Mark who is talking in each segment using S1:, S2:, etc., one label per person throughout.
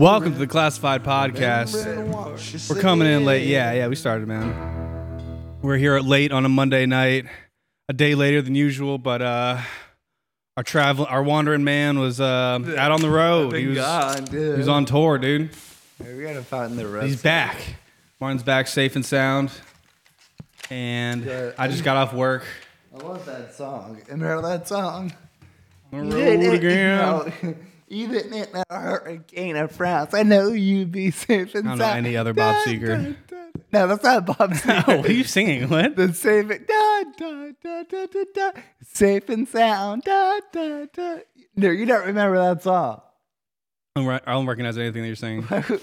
S1: Welcome to the Classified Podcast. We're coming in late. Yeah, yeah, we started, man. We're here late on a Monday night, a day later than usual, but uh our travel our wandering man was uh, out on the road. He was,
S2: gone,
S1: he
S2: dude.
S1: was on tour, dude.
S2: We gotta find the rest.
S1: He's back. Martin's back safe and sound. And
S2: Yeah.
S1: I just got off work.
S2: I love that song. And heard that song.
S1: On the road again.
S2: Even in a hurricane of France, I know you'd be safe inside.
S1: know any other Bob Seger.
S2: No, that's not Bob
S1: Oh,
S2: Seger.
S1: what are you singing? What?
S2: The safe, da, da, da, da, da, da, safe and sound. Da, da, da. No, you don't remember that song.
S1: I don't re- I don't recognize anything that you're saying.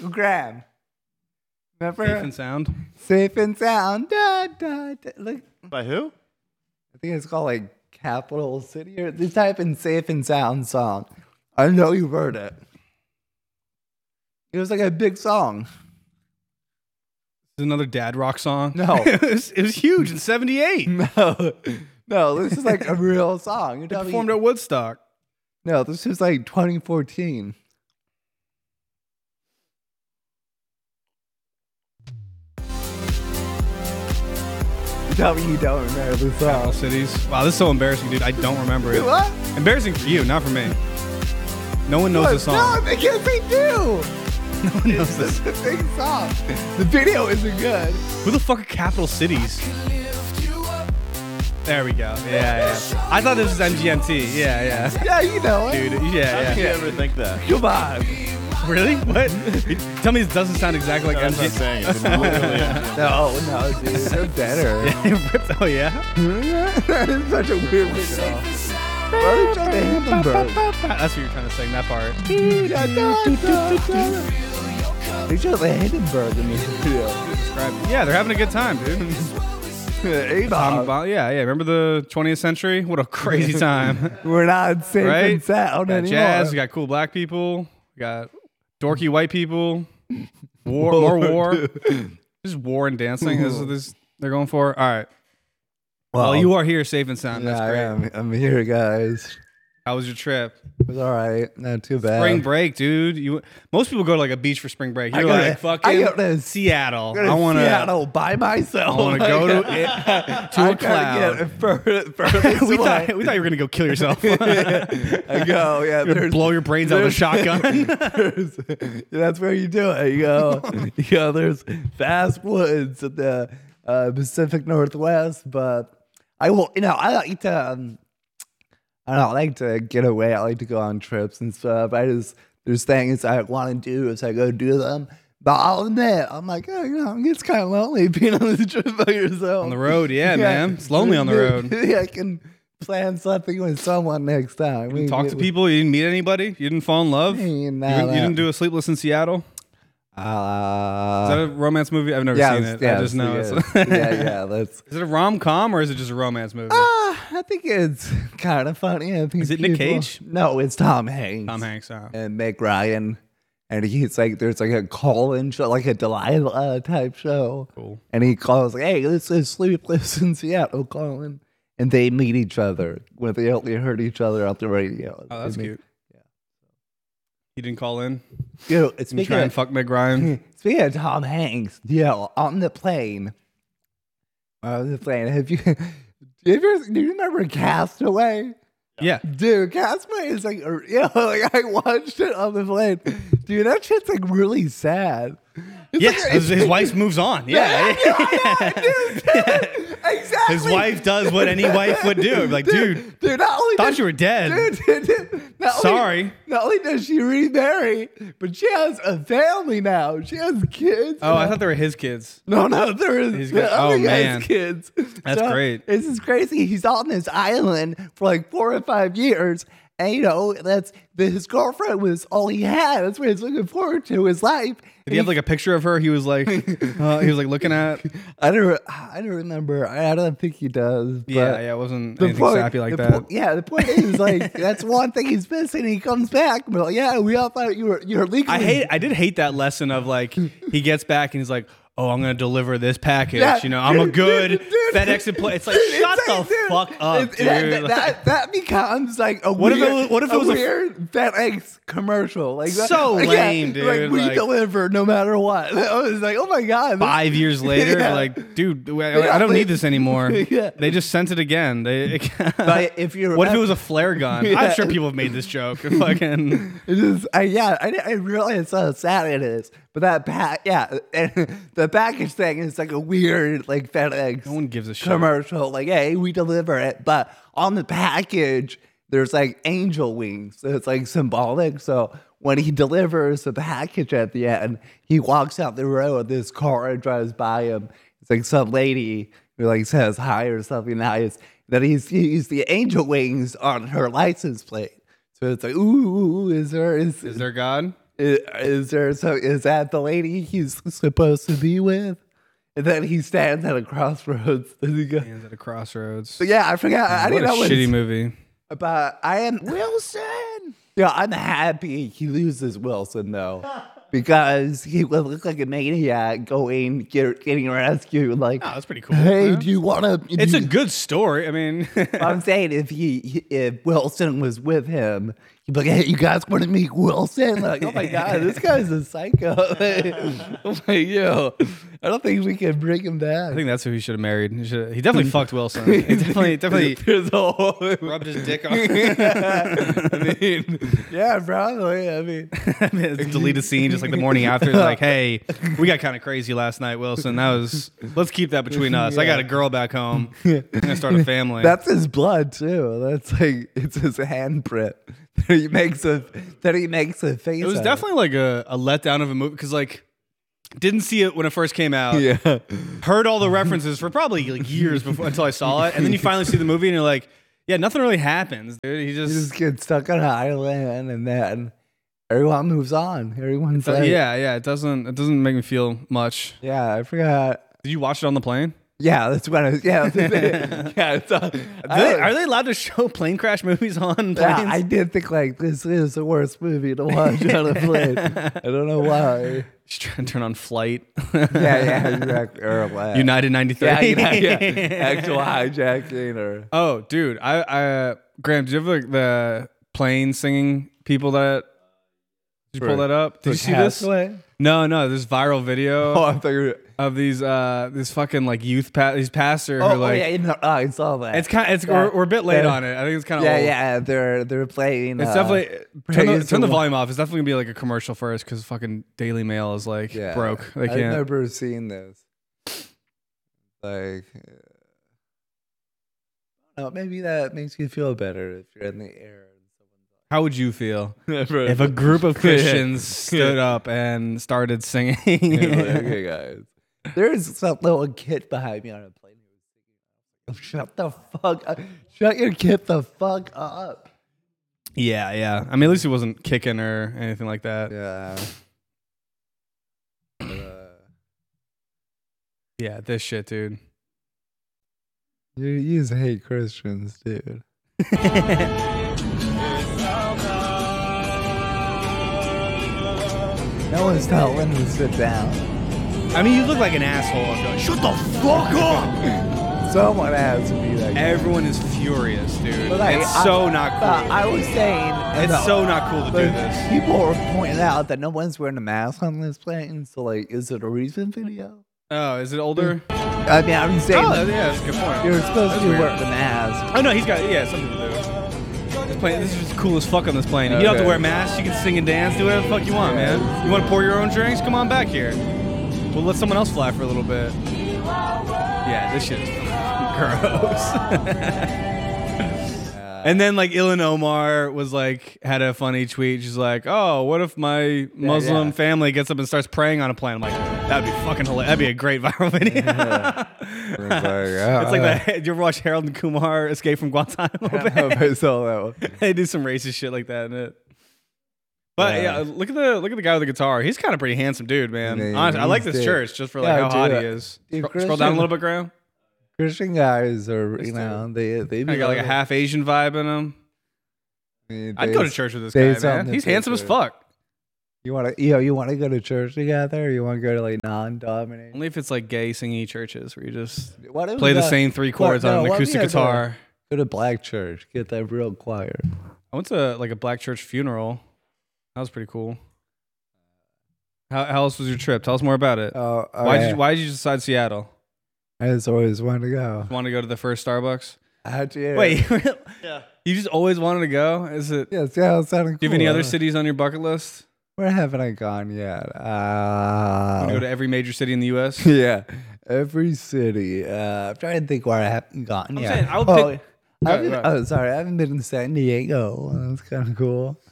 S2: Graham. Remember?
S1: Safe and sound.
S2: Safe and sound. Da, da, da. Look,
S3: By who?
S2: I think it's called like Capital City or they type in Safe and Sound song. I know you heard it. It was like a big song.
S1: This is another dad rock song.
S2: No.
S1: it, was, it was huge in '78.
S2: No, no, this is like a real song. You're
S1: They
S2: telling me-
S1: performed at Woodstock.
S2: no, this is like 2014. Tell me you don't remember the
S1: All
S2: song.
S1: cities. Wow, this is so embarrassing, dude. I don't remember it.
S2: What?
S1: Embarrassing for you, not for me. No one knows the
S2: No,
S1: song.
S2: because they do.
S1: No one knows
S2: It's
S1: this.
S2: just a big song. The video isn't good.
S1: Who the fuck are capital cities? There we go. Yeah, yeah. I thought this was MGMT. Yeah, yeah.
S2: Yeah, you know it.
S1: Dude, yeah,
S3: How did
S1: yeah.
S3: you ever think that?
S2: Come on.
S1: Really? What? Tell me this doesn't sound exactly like
S3: That's what I'm
S1: MGMT.
S3: saying. It's literally-
S2: No, no, dude. They're better.
S1: oh, yeah?
S2: that is such a weird video. Why did John Hindenburg?
S1: That's what you're trying to sing, that part.
S2: They showed the Hindenburg in this video.
S1: Yeah, they're having a good time, dude. Atomic
S2: A-bomb.
S1: bomb. Yeah, yeah. Remember the 20th century? What a crazy time,
S2: We're not safe
S1: right?
S2: and sound
S1: we got
S2: anymore.
S1: jazz. We got cool black people. We got dorky white people. War, more war. Just war and dancing. This is what this they're going for. All right. Well, you are here safe and sound. That's
S2: Um, yeah,
S1: great.
S2: I am. I'm here, guys.
S1: How was your trip?
S2: It was all right. Not too bad.
S1: Spring break, dude. You most people go to like a beach for spring break.
S2: Uh, I
S1: You're
S2: go
S1: like
S2: to- I
S1: fucking
S2: go to
S1: Seattle.
S2: I
S1: I want to.
S2: Seattle Oh by myself.
S1: I want to go to it, to a
S2: I'm trying
S1: cloud.
S2: to get further, further
S1: We
S2: away.
S1: thought, we thought you were gonna go kill yourself.
S2: I go, yeah.
S1: You're gonna
S2: There's,
S1: blow your brains out with a shotgun.
S2: there's, that's where you do it. You go, you go. There's vast woods in the uh, Pacific Northwest, but I will. You know, I like to. Um, I don't know, I like to get away. I like to go on trips and stuff. I just there's things I want to do as I go do them. But I'll admit, I'm like, oh, you know, it's kind of lonely being on this trip by yourself.
S1: On the road, yeah, man. It's lonely on the road.
S2: Maybe I can plan something with someone next time. We
S1: Talk to people. You didn't meet anybody. You didn't fall in love.
S2: Hey,
S1: You,
S2: nah,
S1: didn't- you
S2: nah.
S1: didn't do a Sleepless in Seattle.
S2: Uh,
S1: Is that a romance movie? I've never
S2: yeah,
S1: seen
S2: it's-
S1: it.
S2: yeah,
S1: I just know.
S2: it's-
S1: It's,
S2: yeah, yeah, that's.
S1: is it a rom com or is it just a romance movie?
S2: Ah, I think it's kind of funny. I think
S1: Is it Nick
S2: people-
S1: Cage?
S2: No, it's Tom Hanks.
S1: Tom Hanks. uh,
S2: and Meg Ryan, and he's like, there's like a call-in show, like a Delilah uh, type show.
S1: Cool.
S2: And he calls, like, hey, this is Sleepless in Seattle, calling, and they meet each other when they only heard each other on the radio.
S1: Oh, that's
S2: They meet-
S1: cute. He didn't call in.
S2: You know,
S1: Didn't
S2: speaking
S1: try
S2: of-
S1: and fuck Meg Ryan.
S2: Speaking of Tom Hanks, yo, on the plane, on the plane, have you, have you, do you remember Castaway?
S1: yeah.
S2: Dude, Castaway is like, a- yo, like I watched it on the plane. Dude, that shit's like really sad. It's
S1: Yes.
S2: like-
S1: His, his wife moves on. Yeah.
S2: exactly.
S1: His wife does what any wife would do. Like, dude,
S2: dude, not only
S1: thought
S2: does-
S1: you were dead.
S2: Dude, dude, dude, not only-
S1: Sorry.
S2: not only does she remarry, but she has a family now. She has kids.
S1: Oh, I
S2: now.
S1: thought they were his kids.
S2: No, no, there is.
S1: He's
S2: He's
S1: got-
S2: got,
S1: oh,
S2: other guy's
S1: man.
S2: kids.
S1: That's great.
S2: This is crazy. He's on this island for like four or five years, and you know that's that his girlfriend was all he had. That's what he's looking forward to his life.
S1: Did he have like a picture of her? He was like, uh, he was like looking at.
S2: I don't, I don't remember. I, I don't think he does. But
S1: Yeah, yeah. It wasn't
S2: The
S1: anything sappy like
S2: the
S1: that.
S2: po- yeah, the point is like that's one thing he's missing. He comes back, but like, yeah, we all thought you were you're legally.
S1: I hate. I did hate that lesson of like he gets back and he's like, oh, I'm gonna deliver this package.
S2: Yeah,
S1: you know, I'm a
S2: dude,
S1: good
S2: dude, dude.
S1: FedEx employee. It's like
S2: Dude,
S1: shut
S2: it's like,
S1: the
S2: dude,
S1: fuck up,
S2: it-
S1: dude.
S2: That, that,
S1: Like,
S2: that, that becomes like a
S1: What if it
S2: weird,
S1: was- what if it was a-
S2: a weird FedEx commercial? Like that-
S1: So
S2: yeah,
S1: lame, dude,
S2: Like we
S1: like-
S2: deliver no matter what. I was like, oh my god, this-
S1: Five years later,
S2: Yeah.
S1: like, dude, I, I don't
S2: like-
S1: need this anymore.
S2: Yeah.
S1: They just sent it again. They,
S2: But if you
S1: what if it was a flare gun? I'm
S2: Yeah.
S1: sure people have made this joke. Fucking
S2: It is, I, yeah, I, I realize how sad it is, but that pack, yeah, and the package thing is like a weird, like FedEx
S1: no one gives a shit.
S2: commercial. Like, hey, we deliver it, but on the package, there's like angel wings. So it's like symbolic. So when he delivers the package at the end, he walks out the road. This car drives by him. It's like some lady who like says hi or something nice. That he's he's the angel wings on her license plate. So it's like, ooh, is there is
S1: Is there God?
S2: is, is there so is that the lady he's supposed to be with? And then he stands at a crossroads. And he goes,
S1: Hands at a crossroads.
S2: but yeah, I forgot. I
S1: what
S2: didn't
S1: a
S2: know
S1: shitty
S2: what
S1: movie.
S2: about. I am Wilson. Yeah, I'm happy he loses Wilson though, because he would look like a maniac going get, getting rescued. Like,
S1: that's pretty cool.
S2: hey,
S1: yeah.
S2: do you want to?
S1: It's a good story. I mean,
S2: I'm saying if he if Wilson was with him, he'd be like, "Hey, you guys want to meet Wilson?" Like, oh my god, this guy's a psycho. I'm like, yo, I don't think we can bring him
S1: I
S2: back.
S1: think that's who he should have married. He, should he definitely fucked Wilson. He definitely, definitely
S2: There's a whole-
S1: rubbed his dick off. I mean,
S2: yeah, probably. I mean,
S1: it's a deleted scene just like the morning after. Like, hey, we got kind of crazy last night, Wilson. That was. Let's keep that between us. I got a girl back home. I'm gonna start a family.
S2: that's his blood too. That's like it's his handprint that he makes a that he makes a face.
S1: it was
S2: on
S1: definitely like a, a letdown of a movie because like didn't see it when it first came out.
S2: yeah.
S1: heard all the references for probably like years before until I saw it, and then you finally see the movie and you're like, yeah, nothing really happens, dude. He
S2: He just
S1: just, uh,
S2: gets stuck on an island, and then everyone moves on. Everyone's like,
S1: yeah, yeah. It doesn't it doesn't make me feel much.
S2: yeah. I forgot.
S1: Did you watch it on the plane?
S2: Yeah, that's what I was. Yeah, yeah. It's, uh,
S1: Do they-
S2: I,
S1: are they allowed to show plane crash movies on planes?
S2: yeah, I did think like this is the worst movie to watch on a plane. I don't know why.
S1: just trying to turn on flight.
S2: Yeah, yeah, exactly. Or what?
S1: United ninety three.
S2: yeah, you know, yeah. actual hijacking or
S1: Oh, dude, I, I Graham, do you have like the plane singing people that? Did you pull
S2: For-
S1: that up? Did you see this?
S2: Hathaway?
S1: No, no, this viral video.
S2: Oh, I thought you were,
S1: of these uh these fucking like youth pa- these pastor
S2: oh,
S1: who
S2: oh,
S1: like
S2: yeah, you know, oh, I saw that.
S1: it's kind it's we're,
S2: Yeah.
S1: we're a bit late
S2: Yeah.
S1: on it. I think it's kind of
S2: yeah,
S1: old.
S2: yeah. They're they're playing.
S1: It's
S2: uh,
S1: definitely turn the,
S2: Praise
S1: turn
S2: the
S1: the
S2: Lord.
S1: volume off. It's definitely gonna be like a commercial first because fucking Daily Mail is like
S2: yeah.
S1: broke. They
S2: I've
S1: can't.
S2: never seen this. Like, oh, maybe that makes you feel better if you're in the air.
S1: How would you feel
S2: and
S1: if a group of Christians stood up and started singing?
S2: okay, guys. There's some little kid behind me on a plane. who was singing. Shut the fuck up. Shut your kid the fuck up.
S1: yeah, yeah. I mean, at least he wasn't kicking or anything like that. Yeah,
S2: Yeah. Uh,
S1: this shit, dude.
S2: you, you just hate Christians, dude. No one's telling him to sit down.
S1: I mean, you look like an asshole. if you're like, Shut the fuck up!
S2: Someone has to be like,
S1: Everyone is furious, dude.
S2: But, like,
S1: it's
S2: I-
S1: so not cool.
S2: but I was saying,
S1: It's
S2: no,
S1: so not cool to do
S2: but
S1: this.
S2: People were pointing out that no one's wearing a mask on this plane, so like, is it a recent video?
S1: Oh, is it older? Oh,
S2: I mean, I'm saying
S1: yeah, that's a good point.
S2: you're supposed to
S1: That's
S2: be
S1: weird.
S2: wearing a mask.
S1: Oh no, he's got yeah, something to do. This plane, this is just cool as fuck on this plane. You don't have to
S2: Okay.
S1: wear masks. You can sing and dance, do whatever the fuck you want,
S2: Yeah.
S1: man. You want to pour your own drinks? Come on back here. We'll let someone else fly for a little bit. Yeah, this shit is gross. and then like Ilan Omar was like had a funny tweet. She's like, "Oh, what if my Muslim
S2: yeah.
S1: family gets up and starts praying on a plane?" I'm like, "That'd be fucking hilarious. That'd be a great viral video." It's like that. You ever watch Harold and Kumar Escape from Guantanamo Bay?
S2: I saw that one.
S1: they do some racist shit like that in it. But yeah,
S2: Yeah.
S1: look at the look at the guy with the guitar. He's kind of pretty handsome, dude, man.
S2: Yeah,
S1: Honestly, I like
S2: he's
S1: this
S2: sick.
S1: church just for like
S2: Yeah,
S1: how hot he
S2: dude, uh,
S1: is.
S2: dude,
S1: Scro- Scroll down a
S2: Christian-
S1: little bit, Graham.
S2: Christian guys are,
S1: This
S2: you know, they they
S1: I
S2: be
S1: got like a half Asian vibe in him.
S2: I mean,
S1: I'd
S2: they-
S1: go to church with this
S2: they
S1: guy,
S2: something
S1: man.
S2: to
S1: He's
S2: do,
S1: handsome as
S2: dude.
S1: fuck.
S2: You want to, you know, you want to go to church together, or you want to go to like non-dominating?
S1: Only if it's like gay singing churches where you just
S2: Why don't we
S1: play the
S2: go-
S1: same three
S2: Well,
S1: chords
S2: no,
S1: on an
S2: why don't we
S1: acoustic
S2: go to-
S1: guitar.
S2: Go to black church, get that real choir.
S1: I went to like a black church funeral. That was pretty cool. How, how else was your trip? Tell us more about it.
S2: Oh,
S1: why did you, why did you decide Seattle?
S2: I just always wanted to go.
S1: Want to go to the first Starbucks?
S2: How'd you?
S1: Wait, yeah. You just always wanted to go? Is it?
S2: yeah, Seattle sounded cool.
S1: Do you have any other
S2: cities?
S1: cities on your bucket list?
S2: Where haven't I gone yet?
S1: Want to go
S2: Uh,
S1: to every major city in the U.S.
S2: yeah, every city. Uh, I'm trying to think where I haven't gotten
S1: I'm
S2: yet.
S1: saying, I would
S2: oh,
S1: pick-
S2: I
S1: Right,
S2: haven't-
S1: right.
S2: oh, sorry, I haven't been in San Diego. That's kind of cool.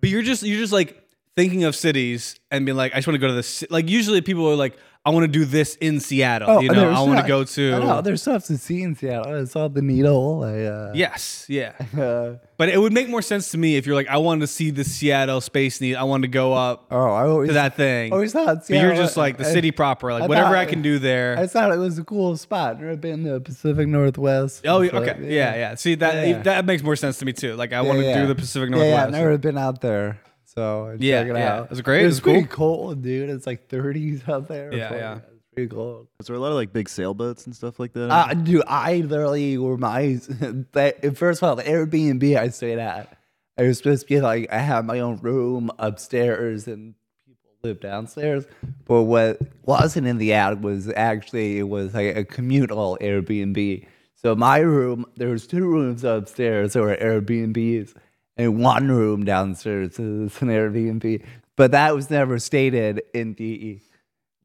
S1: But you're just you're just like thinking of cities and being like, I just want to go to this. ci-" Like usually people are like, I want to do this in Seattle.
S2: Oh,
S1: you
S2: and
S1: know,
S2: there's
S1: I want to
S2: not-
S1: go
S2: I know,
S1: to.
S2: there's stuff to see in Seattle. I saw the needle. I, uh,
S1: Yes, yeah.
S2: uh,
S1: But it would make more sense to me if you're like, I wanted to see the Seattle Space Need. I wanted to go up
S2: oh, I always
S1: to that thing.
S2: always thought
S1: but
S2: Seattle.
S1: you're just like the
S2: I-
S1: city proper, like
S2: I
S1: whatever
S2: thought-
S1: I can do there.
S2: I thought it was a cool spot. I've been to the Pacific Northwest.
S1: oh,
S2: so,
S1: okay, yeah, yeah. See that
S2: Yeah.
S1: that makes more sense to me too. Like I want to
S2: yeah.
S1: do the Pacific
S2: Yeah, Yeah, I've
S1: Northwest.
S2: never been out there. So I'd
S1: Yeah,
S2: check it
S1: yeah.
S2: out.
S1: It was great. It
S2: It
S1: was
S2: was pretty cold, dude. It's like 30s out there.
S1: Yeah,
S2: 40s.
S1: yeah.
S2: It's pretty cold.
S3: Was there a lot of like big sailboats and stuff like that?
S2: Uh, dude, I literally were my that, first of all, the Airbnb I stayed at. It was supposed to be like I had my own room upstairs and people lived downstairs. But what wasn't in the ad was actually it was like a communal Airbnb. So my room, there was two rooms upstairs that were Airbnbs and one room downstairs is an Airbnb. But that was never stated in E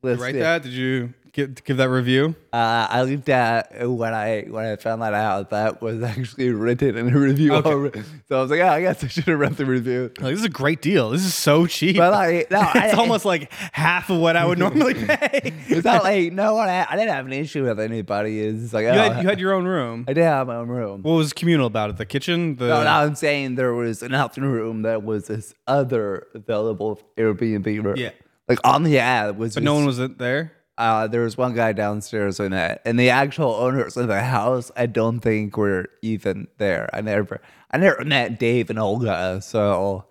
S2: the list.
S1: Did you write that? Did you give, give that review?
S2: Uh, I looked at when I when I found that out. That was actually written in a review.
S1: Okay.
S2: already. So I was like, oh, I guess I should have read the review.
S1: Like, this is a great deal. This is so cheap.
S2: But like, no, I,
S1: it's almost like half of what I would normally pay. you,
S2: It's not like no one. I, I didn't have an issue with anybody. It's like oh,
S1: had, you had your own room.
S2: I did have my own room.
S1: What was communal about it? The kitchen? The
S2: no, no, I'm saying there was enough room that was this other available Airbnb room.
S1: Yeah.
S2: Like on the ad was
S1: but no one was it there.
S2: uh, there was one guy downstairs in it, and the actual owners of the house, I don't think were even there. I never, I never met Dave and Olga, so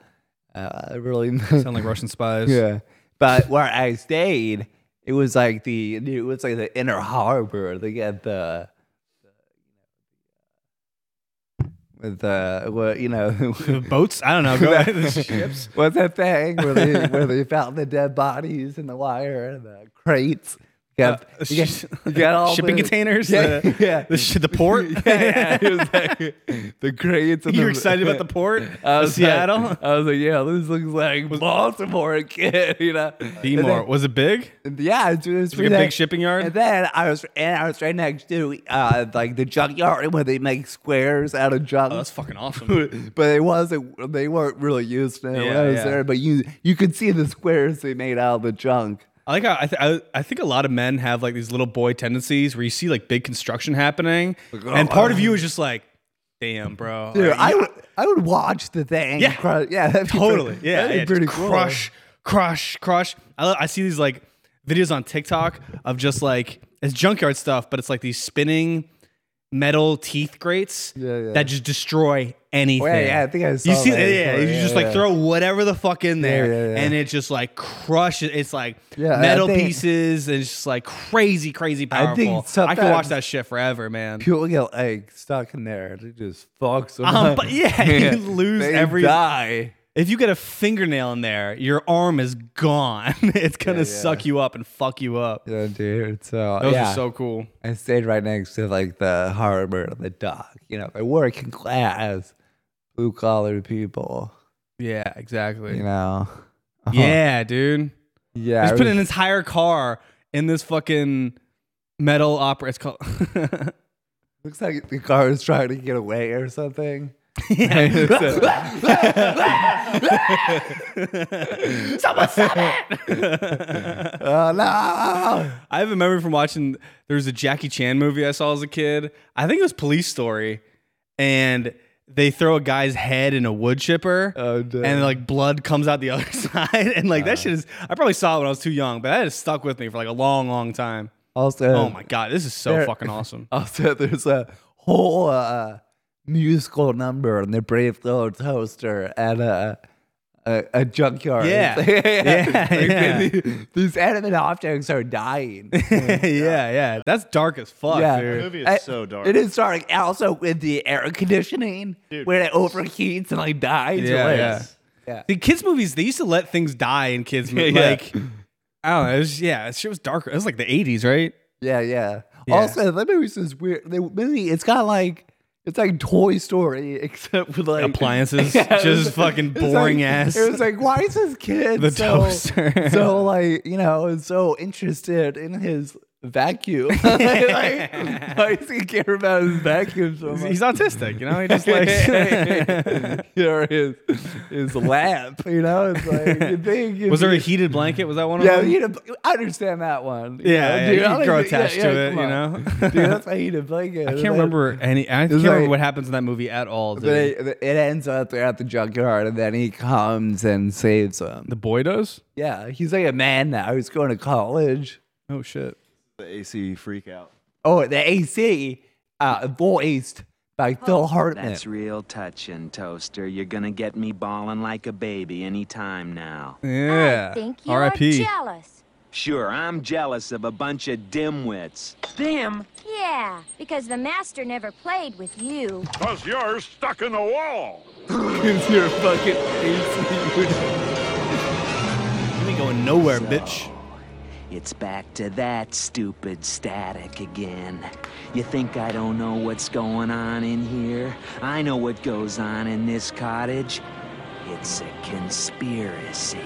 S2: uh, I really,
S1: Sound like Russian spies.
S2: yeah. But where I stayed, it was like the it was like the inner harbor. They had the, with the what you know
S1: The boats? I don't know. Go ahead. The ships.
S2: What's that thing where they where they found the dead bodies in the wire and the crates? You got,
S1: Uh,
S2: you got, you got all
S1: shipping
S2: the-
S1: containers.
S2: Yeah,
S1: the,
S2: yeah.
S1: The, sh- the port.
S2: Yeah, yeah, it was like the crates. And
S1: You're
S2: the-
S1: excited about the port?
S2: I
S1: Of
S2: was like-
S1: Seattle?
S2: I was like, yeah, this looks like Baltimore, kid. You know, And
S1: Seymour. Was it big?
S2: then- Yeah, it's, it's
S1: Like a
S2: pretty-
S1: big shipping
S2: And
S1: yard?
S2: then I was and I was right next to uh, like the junkyard where they make squares out of junk.
S1: Oh, that's fucking awesome.
S2: but it wasn't they weren't really used to it when
S1: Yeah,
S2: I was
S1: yeah.
S2: there. But you you could see the squares they made out of the junk.
S1: I like how I, th- I I think a lot of men have like these little boy tendencies where you see like big construction happening, and part of you is just like, "Damn, bro,
S2: oh, Dude,
S1: Like,
S2: I would I would watch the thing.
S1: Yeah.
S2: cru- yeah, that'd be
S1: totally,
S2: pretty-
S1: yeah,
S2: that'd be
S1: yeah, just
S2: pretty cool.
S1: crush, crush, crush." I, lo- I see these like videos on TikTok of just like it's junkyard stuff, but it's like these spinning metal teeth grates
S2: Yeah, yeah.
S1: that just destroy anything.
S2: yeah, I think I saw
S1: you see,
S2: that
S1: yeah,
S2: before,
S1: you
S2: yeah,
S1: just like
S2: yeah.
S1: throw whatever the fuck in there,
S2: yeah, yeah.
S1: and it just like crushes. It's like
S2: Yeah, I
S1: metal
S2: think-
S1: pieces, and it's just like crazy, crazy powerful. I,
S2: I think
S1: can watch
S2: sometimes-
S1: that shit forever, man.
S2: People get like stuck in there. It just fucks them.
S1: Um,
S2: up.
S1: but yeah, you lose
S2: They
S1: every-
S2: die.
S1: If you get a fingernail in there, your arm is gone. it's gonna suck you up and fuck you up.
S2: Yeah, dude. So
S1: Those
S2: yeah,
S1: are so cool.
S2: I stayed right next to like the harbor, the dock. You know, the working class, blue collar people.
S1: Yeah, exactly.
S2: You know.
S1: Yeah, dude.
S2: Yeah.
S1: Just
S2: it
S1: put
S2: was-
S1: an entire car in this fucking metal opera. It's called.
S2: Looks like the car is trying to get away or something. Oh no!
S1: I have a memory from watching. There was a Jackie Chan movie I saw as a kid. I think it was Police Story, and they throw a guy's head in a wood chipper,
S2: Oh, no.
S1: and like blood comes out the other side. And like that shit is. I probably saw it when I was too young, but that has stuck with me for like a long, long time.
S2: Also,
S1: oh my god, this is so
S2: there-
S1: fucking awesome.
S2: Also, there's a whole uh, musical number in the Brave Little Toaster at uh, a, a junkyard.
S1: Yeah.
S2: It's like-
S1: Yeah,
S2: Like,
S1: yeah.
S2: These, these animate objects are dying.
S1: yeah, yeah. That's dark as fuck,
S2: yeah,
S1: dude.
S3: The movie is
S2: I-
S3: so dark.
S2: It is dark. And Also, with the air conditioning,
S3: Dude.
S2: where it overheats and like dies.
S1: Yeah,
S2: like,
S1: yeah.
S2: yeah.
S1: The kids movies, they used to let things die in kids movies.
S2: Yeah.
S1: Like, I don't know. It was, yeah, that shit was darker. It was like the 80s, right?
S2: Yeah, yeah.
S1: Yeah.
S2: Also, that movie is weird. The movie, it's got like it's like Toy Story, except with like
S1: Appliances.
S2: it
S1: Just fucking
S2: it was
S1: boring
S2: like-
S1: ass.
S2: It was like, why is this kid
S1: The
S2: so,
S1: toaster.
S2: so like you know so interested in his vacuum? like, why does he care about his vacuum so much?
S1: He's autistic, you know? He just like.
S2: or his his lap, you know. It's like you think if
S1: was there a
S2: you-
S1: heated blanket? Was that one of
S2: yeah,
S1: them?
S2: you know, I understand that one. you
S1: Yeah,
S2: know,
S1: yeah,
S2: dude,
S1: you
S2: I
S1: can
S2: like
S1: grow
S2: the- yeah,
S1: attached to
S2: yeah,
S1: it,
S2: come
S1: you
S2: on.
S1: know?
S2: dude, that's why he did blanket.
S1: I can't remember any. I can't
S2: was
S1: remember
S2: like-
S1: what happens in that movie at all.
S2: But
S1: Dude.
S2: it, it ends up they're at the junkyard, and then he comes and saves them.
S1: The boy does.
S2: Yeah, he's like a man now. He's going to college.
S1: Oh shit!
S3: the AC freak out.
S2: Oh, the AC, uh, voiced by Phil Hartman.
S4: That's real touching, Toaster. You're gonna get me bawling like a baby any time now.
S1: Yeah.
S5: I think you
S1: R.I.P.
S5: are jealous.
S4: Sure, I'm jealous of a bunch of dimwits.
S5: Yeah, because the master never played with you.
S6: Cause you're stuck in the wall.
S2: Gives you a fucking AC. unit.
S1: We ain't going nowhere, bitch.
S4: It's back to that stupid static again. You think I don't know what's going on in here? I know what goes on in this cottage. It's a conspiracy.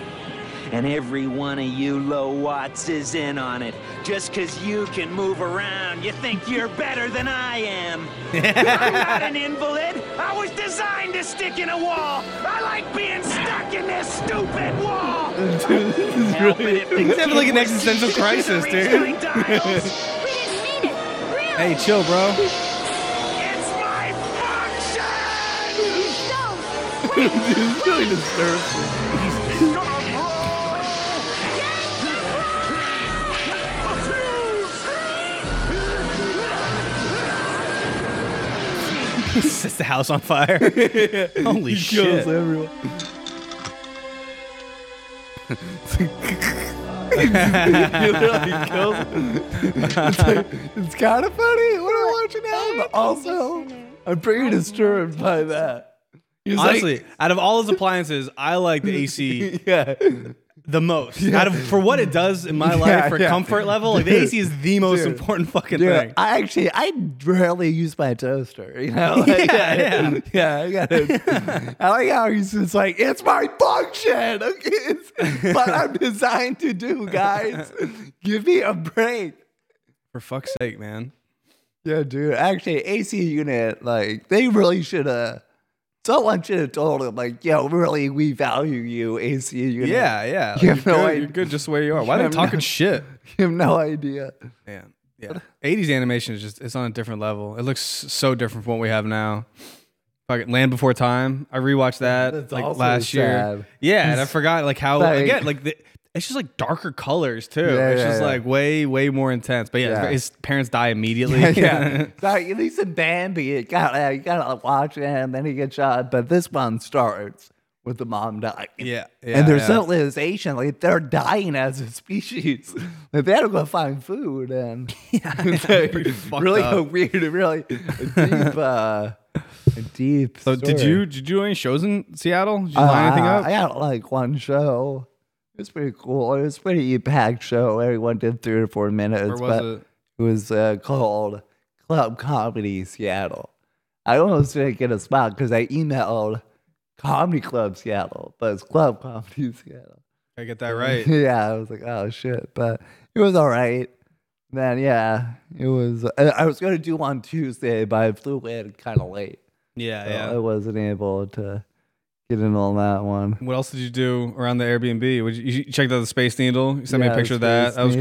S4: And every one of you low watts is in on it. Just 'cause you can move around, you think you're better than I am. I'm not an invalid. I was designed to stick in a wall. I like being stuck in this stupid wall.
S1: He's
S4: He's
S1: having like an existential crisis, dude.
S5: We didn't mean it. Really?
S1: Hey, chill, bro.
S6: It's my function!
S5: Don't. Wait,
S2: It's really disturbing.
S6: He's gonna roll!
S1: Sets the house on fire. Holy
S2: Kills
S1: shit!
S2: everyone. You know, he kills it's kind of funny. What are we watching now? But also, I'm pretty disturbed by that. He's like-
S1: Honestly, out of all his appliances, I like the AC
S2: yeah,
S1: the most. Out of for what it does in my
S2: Yeah,
S1: life for
S2: yeah.
S1: comfort level, like the AC is the most
S2: Dude.
S1: important fucking
S2: yeah.
S1: thing.
S2: I actually, I rarely use my toaster. You know, Like,
S1: Yeah,
S2: I-
S1: yeah.
S2: yeah. I got it. I like how he's just like, it's my function. Okay, it's what I'm designed to do, guys. Give me a break.
S1: For fuck's sake, man.
S2: Yeah, dude. Actually, AC unit, like, they really should have. Someone should have told him, like, yo, really, we value you, AC unit.
S1: Yeah, yeah.
S2: You
S1: you're,
S2: have no
S1: good,
S2: idea.
S1: you're good just the way you are. Why are
S2: have
S1: they
S2: no-
S1: talking shit?
S2: You have no idea.
S1: Yeah. Yeah. 80s animation is just, it's on a different level. It looks so different from what we have now. Fucking Land Before Time. I rewatched that
S2: That's
S1: like
S2: also
S1: last year.
S2: sad.
S1: Yeah. And I forgot like how,
S2: Like-
S1: again, like the, it's just like darker colors too.
S2: Yeah,
S1: it's
S2: yeah,
S1: just
S2: yeah.
S1: like way, way more intense. But yeah,
S2: Yeah.
S1: his parents die immediately.
S2: yeah. Sorry, at least in Bambi, you gotta, you gotta watch him, then he gets shot. But this one starts with the mom dying.
S1: yeah, yeah,
S2: and their
S1: yeah.
S2: civilization, like, they're dying as a species. Like, they had to go find food. And it's like,
S1: fucked
S2: really
S1: up.
S2: a weird, really a deep, uh, a deep.
S1: So did
S2: story.
S1: you did you do any shows in Seattle? Did you
S2: Uh,
S1: line anything up?
S2: I had like one show. It was pretty cool. It was a pretty packed show. Everyone did three or four minutes.
S1: Where was
S2: but
S1: it?
S2: was uh, called Club Comedy Seattle. I almost didn't get a spot because I emailed Comedy Club Seattle, but it's Club Comedy Seattle.
S1: I get that right.
S2: yeah, I was like, oh shit, but it was all right. Then yeah, it was. I, I was gonna do one Tuesday, but I flew in kind of late.
S1: Yeah,
S2: So
S1: yeah.
S2: I wasn't able to get in on that one.
S1: What else did you do around the Airbnb? Would you, you checked out the Space Needle? You sent me
S2: Yeah,
S1: a picture of
S2: it's very
S1: that. That was cool.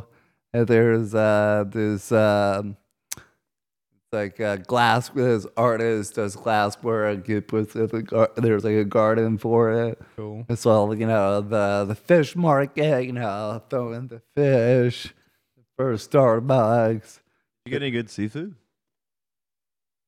S2: stable. And there's uh, this um, like uh, glass. This artist does glass work. It puts it in the gar- there's like a garden for it.
S1: Cool.
S2: As well, you know the the fish market. You know, throwing the fish. First Starbucks.
S3: You get any good seafood?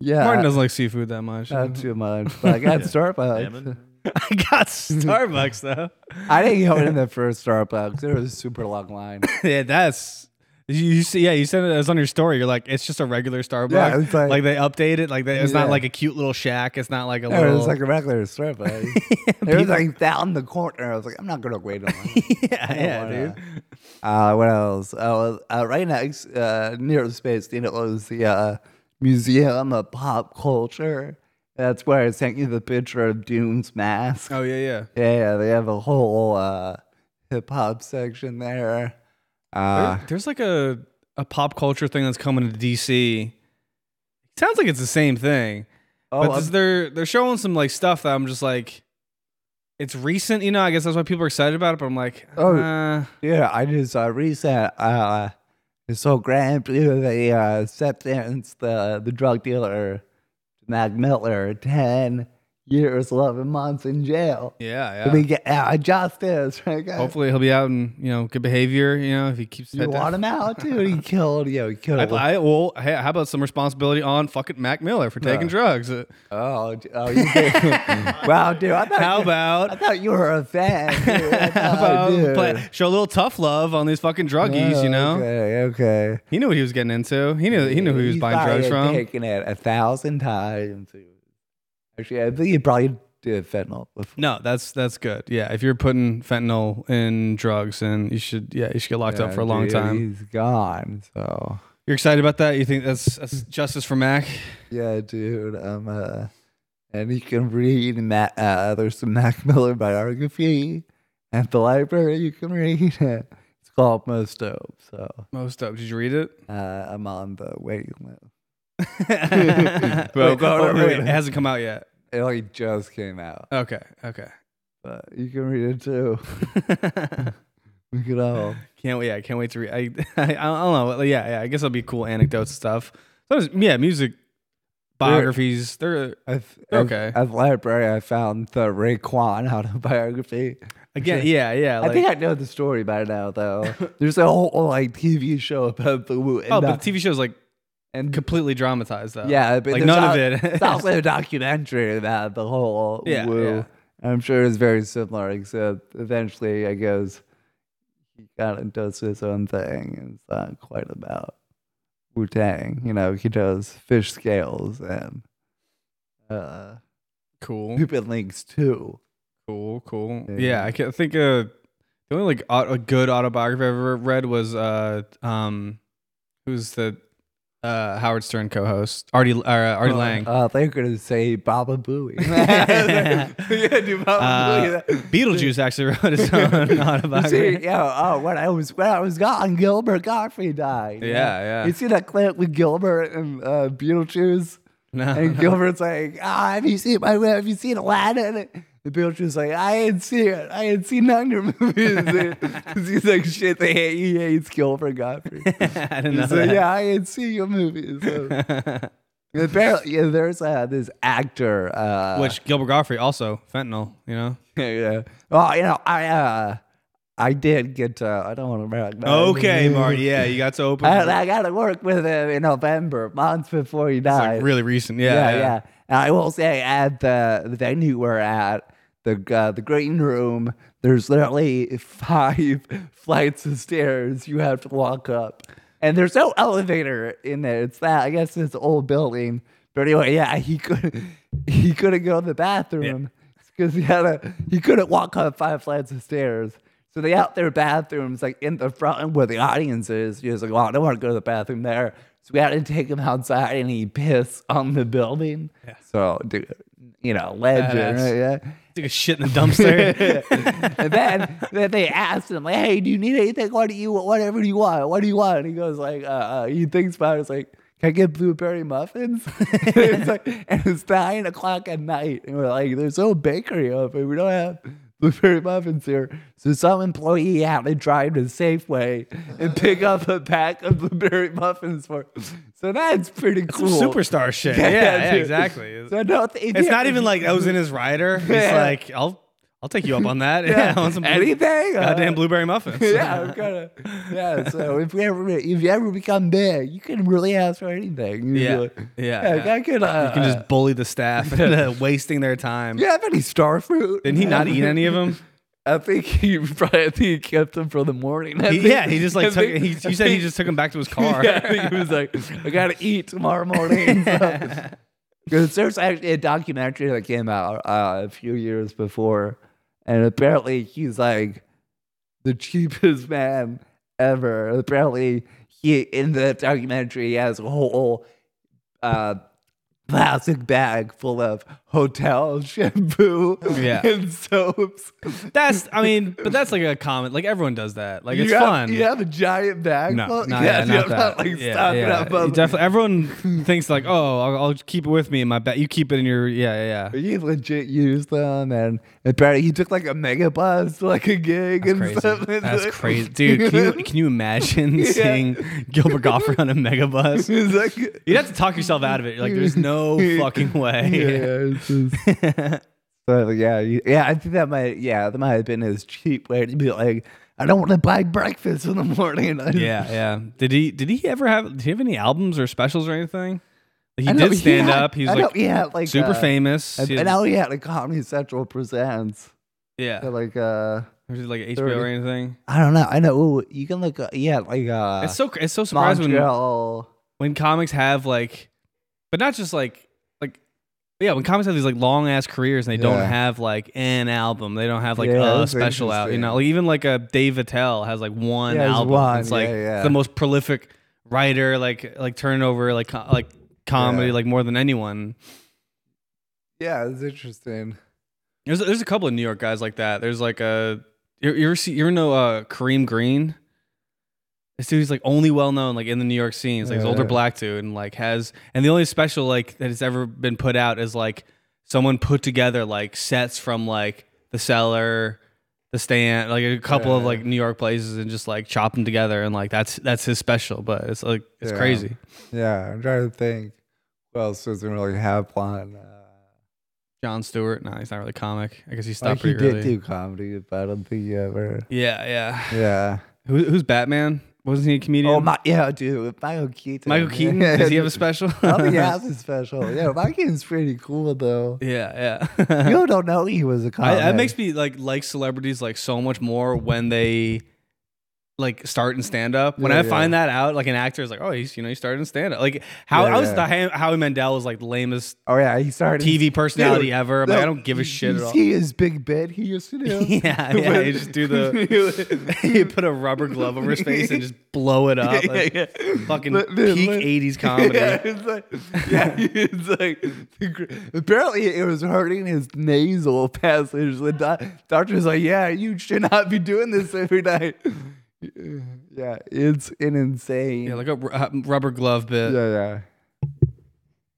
S2: Yeah,
S1: Martin doesn't like seafood that much.
S2: not too much. But I got
S3: Yeah.
S2: Starbucks.
S3: Salmon?
S1: I got Starbucks though.
S2: I didn't go in the first Starbucks. There was a super long line.
S1: yeah, that's you, you see. Yeah, you said it was on your story. You're like, it's just a regular Starbucks.
S2: Yeah, it's
S1: like,
S2: like-
S1: they update it. Like they, it's not
S2: Yeah.
S1: like a cute little shack. It's not like a
S2: It
S1: little.
S2: was like a regular Starbucks. it was like down the corner. I was like, I'm not gonna wait. Online.
S1: yeah, yeah, dude.
S2: Uh, what else? Uh, uh, right next, uh, near space, you know, was the uh, Museum of Pop Culture. That's where I sent you the picture of Dune's mask.
S1: Oh yeah, yeah.
S2: Yeah, yeah, they have a whole uh, hip hop section there. Uh,
S1: There- There's like a a pop culture thing that's coming to DC. Sounds like it's the same thing, but
S2: oh,
S1: this- they're they're showing some like stuff that I'm just like, it's recent, you know. I guess that's why people are excited about it. But I'm like,
S2: Oh.
S1: uh,
S2: Yeah, I just uh, recent. Uh, it's so grand. you know, They uh, sentenced the the drug dealer, Mac Miller, ten years, eleven months in jail.
S1: yeah,
S2: Let
S1: yeah.
S2: me get uh, justice, right? guys?
S1: Hopefully he'll be out in you know good behavior. You know if he keeps. his
S2: you
S1: head down.
S2: want him out, dude. He killed. Yeah, he killed.
S1: I, I well, hey, how about some responsibility on fucking Mac Miller for taking drugs? Uh,
S2: oh, d- oh, you did. wow, dude. I thought
S1: How
S2: you,
S1: about
S2: I thought you were a fan. Dude. I thought,
S1: how about
S2: dude.
S1: play, show a little tough love on these fucking druggies?
S2: Oh,
S1: you know,
S2: Okay. Okay.
S1: he knew what he was getting into. He knew he knew who he was
S2: He's
S1: buying drugs
S2: probably
S1: from.
S2: Taking it a thousand times. Actually, I think he probably did fentanyl before.
S1: No, that's that's good. Yeah, if you're putting fentanyl in drugs, and you should yeah you should get locked up
S2: Yeah,
S1: for a long
S2: dude,
S1: time.
S2: He's gone. So
S1: You're excited about that? You think that's, that's justice for Mac?
S2: yeah, dude. Um, uh, and you can read Matt. Uh, there's some Mac Miller biography at the library. You can read it. It's called Most Dope. So
S1: Most up. Did you read it?
S2: uh, I'm on the waiting list.
S1: Bro,
S2: go-
S1: oh, wait,
S2: wait.
S1: it hasn't come out yet.
S2: It like just came out,
S1: Okay, okay.
S2: but you can read it too. we could all.
S1: Can't wait! I can't wait to read. I, I I don't know. Yeah, yeah. I guess it'll be cool anecdotes and stuff. Sometimes- yeah, music biographies. They're
S2: I've,
S1: Okay.
S2: I've, at the library, I found the Raekwon autobiography.
S1: again. Yeah, yeah. Like,
S2: I think I know the story by now, though. There's a whole like TV show about the Wu.
S1: oh, but the TV show's like
S2: and
S1: completely dramatized though.
S2: yeah, but
S1: like
S2: there's
S1: none of
S2: al-
S1: it.
S2: it's also a documentary about the whole
S1: Yeah,
S2: Wu.
S1: yeah.
S2: I'm sure it's very similar, except eventually, I guess he kind of does his own thing. and It's not quite about Wu Tang, you know. He does fish scales and uh,
S1: cool,
S2: Cupid Links too.
S1: cool, cool. Yeah,
S2: Yeah.
S1: I can think uh, the only like au- a good autobiography I've ever read was uh um who's the uh Howard Stern co-host Artie or, uh, Artie Lang.
S2: Uh, they're gonna say Baba Booey.
S1: Yeah,
S2: dude,
S1: Uh, Beetlejuice actually wrote his own autobiography.
S2: See, yeah, oh, when I was when I was gone, Gilbert Godfrey died. you know?
S1: Yeah, yeah.
S2: You see that clip with Gilbert and uh, Beetlejuice,
S1: No.
S2: and Gilbert's like, "Ah, have you seen my have you seen Aladdin?" And Beetlejuice is like, "I ain't seen it. I ain't seen none of your movies." 'Cause he's like, "Shit, they hate, he hates Gilbert Godfrey."
S1: I didn't know
S2: He's like, "Yeah, I ain't seen your movies." So-
S1: that.
S2: Apparently, yeah, there's uh, this actor. Uh,
S1: Which Gilbert Godfrey also fentanyl, you know.
S2: Yeah, yeah. Well, you know, I uh, I did get to. I don't want to brag. but-
S1: Marty. Yeah, you got to open.
S2: I, I got to work with him in November, months before he died.
S1: like really recent. Yeah, yeah.
S2: And I will say, at the the venue we're at, the uh, the green room, there's literally five flights of stairs you have to walk up, and there's no elevator in there. It's that I guess it's old building. But anyway, yeah, he could he couldn't go to the bathroom because he had a he couldn't walk up five flights of stairs. So they out their bathrooms like in the front where the audience is. He was like, "Well, I don't want to go to the bathroom there." So we had to take him outside, and he pissed on the building. So, dude, you know, legend,
S1: Badass.
S2: right? Yeah.
S1: Took a shit in the dumpster.
S2: and then, then they asked him, like, "Hey, do you need anything? What do you, whatever you want? What do you want?" And he goes, like, uh, uh, he thinks about it. It's like, "Can I get blueberry muffins?" and, it's like, and it's nine o'clock at night, and we're like, "There's no bakery open. We don't have blueberry muffins here." So some employee had to drive to Safeway and pick up a pack of blueberry muffins for. us. So that's pretty cool.
S1: Superstar shit. Yeah, yeah,
S2: dude.
S1: exactly.
S2: So no,
S1: It's not even like I was in his rider. It's
S2: mm-hmm. Yeah.
S1: like I'll I'll take you up on that. yeah, on some blue-
S2: anything. Uh,
S1: goddamn blueberry muffins.
S2: yeah, I'm kinda, yeah. So if we ever if you ever become big, you can really ask for anything. You'd be
S1: Yeah,
S2: like,
S1: yeah,
S2: Heck,
S1: yeah.
S2: I could. Uh,
S1: You can just bully the staff into wasting their time.
S2: Do you have any star fruit?
S1: Didn't he not eat any of them?
S2: I think he probably. I think he kept them for the morning. I
S1: He-
S2: think-
S1: yeah, he just
S2: I
S1: like took.
S2: think-
S1: he,
S2: I
S1: you said he
S2: think-
S1: just took him back to his car.
S2: Yeah, I think he was like, I gotta eat tomorrow morning. Because there's actually a documentary that came out uh, a few years before, and apparently he's like the cheapest man ever. Apparently, he in the documentary he has a whole uh, plastic bag full of hotel shampoo
S1: Yeah.
S2: and soaps.
S1: That's. I mean, but that's like a comment. Like everyone does that. Like it's
S2: you Have,
S1: fun.
S2: you have a giant bag.
S1: No,
S2: full-
S1: no, yeah,
S2: you
S1: not
S2: have
S1: that.
S2: like
S1: yeah,
S2: stocking
S1: yeah.
S2: up
S1: You
S2: on-
S1: Definitely, everyone thinks like, oh, I'll, I'll keep it with me in my bag. You keep it in your, yeah, yeah, yeah.
S2: He legit used them, and apparently he took like a mega bus to like a gig and
S1: Crazy.
S2: stuff.
S1: That's crazy, dude. Can you, can you imagine seeing Gilbert Gottfried on a megabus?
S2: He's like, yeah,
S1: You'd have to talk yourself out of it. You're like, there's no fucking way.
S2: it's just, so, yeah, you- yeah. I think that might, yeah, that might have been his cheap way to be like, I don't want to buy breakfast in the morning. I just-
S1: Yeah, yeah. Did he? Did he ever have? Did he have any albums or specials or anything? Like,
S2: I
S1: he
S2: know
S1: did stand
S2: had-
S1: up. He was
S2: I know
S1: like,
S2: he had, like
S1: super
S2: uh,
S1: famous.
S2: And,
S1: He
S2: and
S1: had-
S2: now he had a Comedy Central presents.
S1: yeah.
S2: Like, uh,
S1: Was it like HBO
S2: thirty-
S1: or anything?
S2: I don't know. I know ooh, you can look. Uh, yeah, like uh,
S1: It's so cr- it's so surprising when
S2: Montreal.
S1: when comics have like, but not just like like yeah when comics have these like long ass careers and they don't
S2: Yeah.
S1: have like an album they don't have like
S2: Yeah,
S1: a
S2: that's
S1: special out you know
S2: interesting.
S1: like even like a Dave Attell has like one
S2: Yeah, it's
S1: album
S2: one,
S1: it's like
S2: yeah, yeah.
S1: the most prolific writer like like turnover like co- like comedy
S2: Yeah.
S1: like more than anyone
S2: Yeah, it's interesting.
S1: there's there's a couple of New York guys like that there's like a you you ever see you ever know uh, Kareem Green This dude he's like only well known like in the New York scene. He's like this older
S2: Yeah.
S1: black dude and like has and the only special like that has ever been put out is like someone put together like sets from like the cellar, the stand, like a couple of
S2: Yeah.
S1: like New York places and just like chop them together and like that's that's his special. But it's like it's
S2: Yeah.
S1: crazy.
S2: Yeah, I'm trying to think. What else doesn't really have one? Uh,
S1: John Stewart, no, he's not really comic. I guess he
S2: like
S1: stopped
S2: he
S1: pretty
S2: did
S1: early.
S2: do comedy, but I don't think he ever.
S1: Yeah, yeah.
S2: Yeah.
S1: Who, who's Batman? Wasn't he a comedian?
S2: Oh my, yeah, dude, Michael Keaton.
S1: Michael Keaton. Does he have a special?
S2: I don't think he has a special. Yeah, Michael Keaton's pretty cool though.
S1: Yeah, yeah.
S2: You don't know he was a
S1: I,
S2: comic.
S1: that makes me like like celebrities like so much more when they like start in stand up. When
S2: Yeah,
S1: I
S2: yeah.
S1: find that out, like an actor is like, oh, he's you know he started in stand up. Like how
S2: Yeah,
S1: I was
S2: yeah.
S1: the Ham- Howie Mandel was like the lamest
S2: Oh yeah, he started
S1: TV personality
S2: Dude,
S1: ever. I'm like,
S2: no,
S1: I don't give a
S2: you-
S1: shit
S2: you
S1: at all.
S2: See his big bed he used to do.
S1: Yeah, yeah. You just do the you put a rubber glove over his face and just blow it up.
S2: Yeah, yeah, yeah.
S1: Fucking
S2: But the-
S1: peak
S2: but-
S1: '80s comedy.
S2: Yeah, it's like, yeah, it's like the gr- apparently it was hurting his nasal passage. The doc- doctor's like, "Yeah, you should not be doing this every night." Yeah, it's an insane.
S1: Yeah, like a ru- uh, rubber glove bit.
S2: yeah, yeah.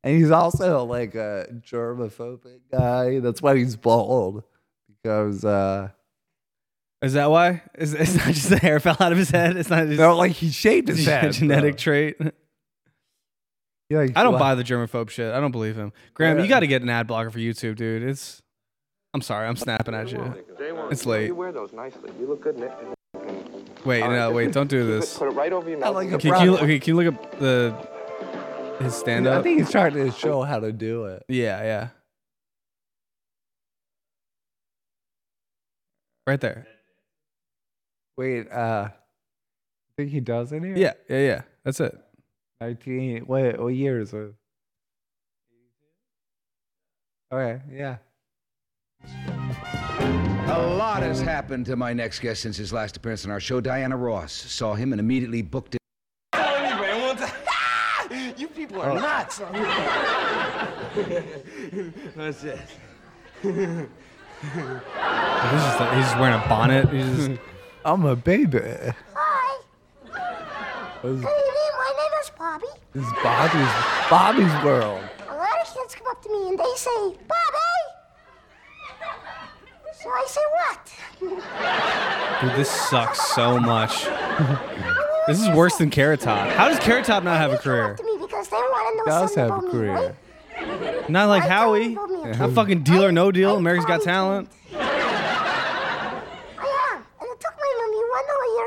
S2: And he's also like a germophobic guy. That's why he's bald because uh,
S1: Is that why? Is it's not just the hair fell out of his head? It's not just
S2: no, like he shaved
S1: it's
S2: his
S1: just a
S2: head.
S1: genetic
S2: bro.
S1: trait.
S2: He, like,
S1: I don't
S2: fla-
S1: buy the germaphobe shit. I don't believe him. Graham, you
S2: Yeah.
S1: got to get an ad blocker for YouTube, dude. It's. I'm sorry, I'm snapping at you. It's late.
S7: You wear those nicely. You look good in it.
S1: Wait, no, wait, don't do
S7: Put,
S1: this.
S7: put it right over your
S2: I
S7: mouth.
S2: like a
S1: Can, can you
S2: brother.
S1: okay, can you look up the his stand
S2: I
S1: up?
S2: think he's trying to show how to do it.
S1: Yeah, yeah. Right there.
S2: Wait, uh, I think he does in here.
S1: Yeah, yeah, yeah. That's it.
S2: nineteen. What what year is it? Okay, yeah.
S8: A lot has happened to my next guest since his last appearance on our show. Diana Ross saw him and immediately booked it.
S7: you people are nuts. That's it.
S1: He's just, he's just wearing a bonnet. He's just,
S2: I'm a baby.
S9: Hi. Good
S2: This-
S9: evening. My name is Bobby.
S2: This is Bobby's Bobby's world.
S9: A lot of kids come up to me and they say, Bobby. So I say, what?
S1: Dude, this sucks so much. this is worse than Carrot Top. How does Carrot Top not have a
S9: They come
S1: career?
S9: up to me because they want to know
S2: Does
S9: something
S2: have a
S9: about
S2: career.
S9: me, right?
S1: Not like
S9: I
S1: Howie.
S9: told him about me.
S1: Not fucking Deal or No Deal.
S9: I
S1: America's Got
S9: probably
S1: Talent.
S9: went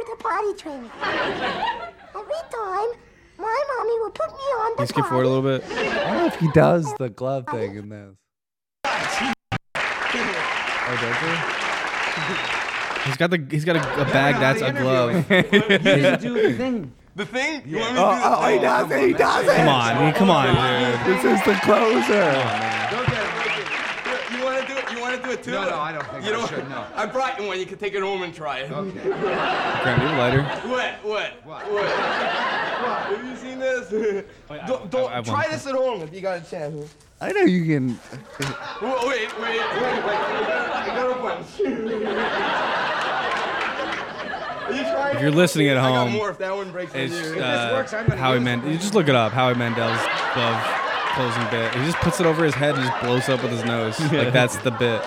S9: to potty training. Every time, my mommy would put me on the
S1: Can you skip
S9: potty.
S1: forward a little bit?
S2: I don't know if he does the glove thing in this.
S1: Oh, He's got the he's got a, a bag that's a glove.
S6: The thing? You want me
S2: Oh, oh, he does it. He does it.
S1: Come on, dude, come on, dude.
S2: This is the closer.
S6: You want to do it? You want to do it too?
S8: No, no, I don't think
S6: You
S8: I
S6: don't-
S8: should. No.
S6: I brought you one. You can take it home and try it.
S8: Okay.
S1: Grab your lighter.
S6: What? What? What? What? Have you seen this? don't don't
S1: I- I want
S6: try
S1: it.
S6: this at home if you got a chance.
S2: I know you can.
S6: Wait, wait, wait, wait. I got a bunch. Are you trying?
S1: If you're listening at
S6: I got
S1: home,
S6: more if that one breaks
S1: it's
S6: into you.
S1: uh,
S8: works, I'm gonna
S1: Howie
S8: use it.
S1: Mandel. You just look it up. Howie Mandel's glove closing bit. He just puts it over his head and just blows up with his nose. Like that's the bit.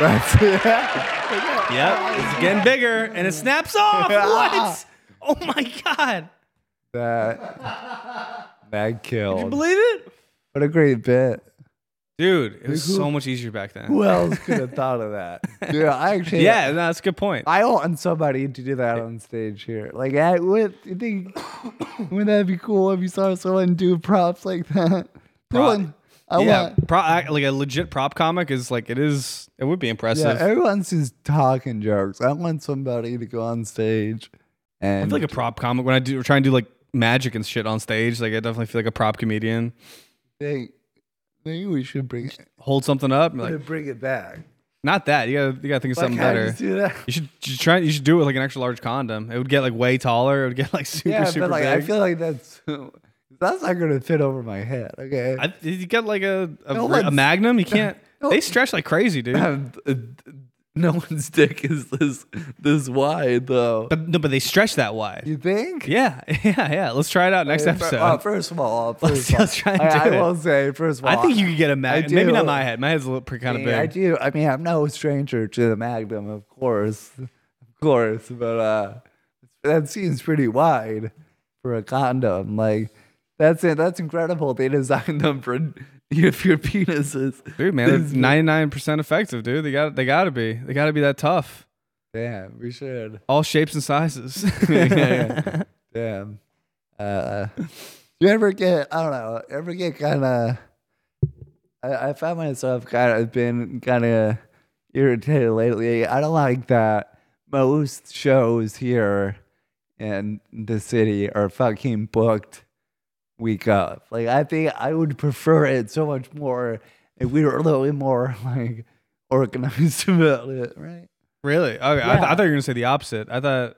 S2: That's it.
S1: Yep, it's getting bigger and it snaps off. What? Oh my god!
S2: That. That killed.
S1: Believe it?
S2: What a great bit.
S1: Dude, it was so much easier back then.
S2: Who else could have thought of that? Dude, I actually.
S1: Yeah, no, that's a good point.
S2: I want somebody to do that on stage here. Like, I would you think wouldn't that be cool if you saw someone do props like that? No
S1: Prop-
S2: one. I
S1: yeah,
S2: want.
S1: pro, act- like a legit prop comic is like it is. It would be impressive.
S2: Yeah, everyone's just talking jokes. I want somebody to go on stage and
S1: I feel like a prop comic when I do try and do like magic and shit on stage. Like I definitely feel like a prop comedian.
S2: think maybe we should bring it,
S1: Hold something up, and, like
S2: bring it back.
S1: not that. You gotta you gotta think of something
S2: How do you
S1: better.
S2: do that?
S1: You should you should try. You should do it with like an extra large condom. It would get like way taller. It would get like super
S2: Yeah,
S1: super
S2: but like I
S1: big.
S2: feel like that's that's not gonna fit over my head. Okay.
S1: I, you got like a a,
S2: No
S1: re-
S2: one's-
S1: a magnum. You can't.
S2: no-
S1: they stretch like crazy, dude.
S2: no one's dick is this this wide though.
S1: But no, but they stretch that wide.
S2: You think?
S1: Yeah, yeah, yeah. Let's try it out next
S2: Hey, fir-
S1: episode.
S2: uh, first of all, uh, first
S1: Let's-
S2: of all,
S1: let's try and
S2: I,
S1: do
S2: I
S1: it.
S2: will say, first of all,
S1: I think you could get a
S2: I
S1: magnum. Maybe
S2: do.
S1: not my head. My head's a little
S2: I,
S1: kind of
S2: mean,
S1: big.
S2: I do. I mean, I'm no stranger to the Magnum, of course, of course, but uh, that seems pretty wide for a condom. Like, that's it. That's incredible. They designed them for your, for your penises.
S1: Dude, man, it's ninety nine percent effective, dude. They got they got to be they got to be that tough.
S2: Damn, we should.
S1: All shapes and sizes.
S2: Damn. Uh, you ever get, I don't know, ever get kind of, I, I found myself kind of been kind of irritated lately. I don't like that most shows here in the city are fucking booked week up. Like, I think I would prefer it so much more if we were a little more like organized about it, right?
S1: really? Okay. I, th- I thought you were gonna say the opposite. I thought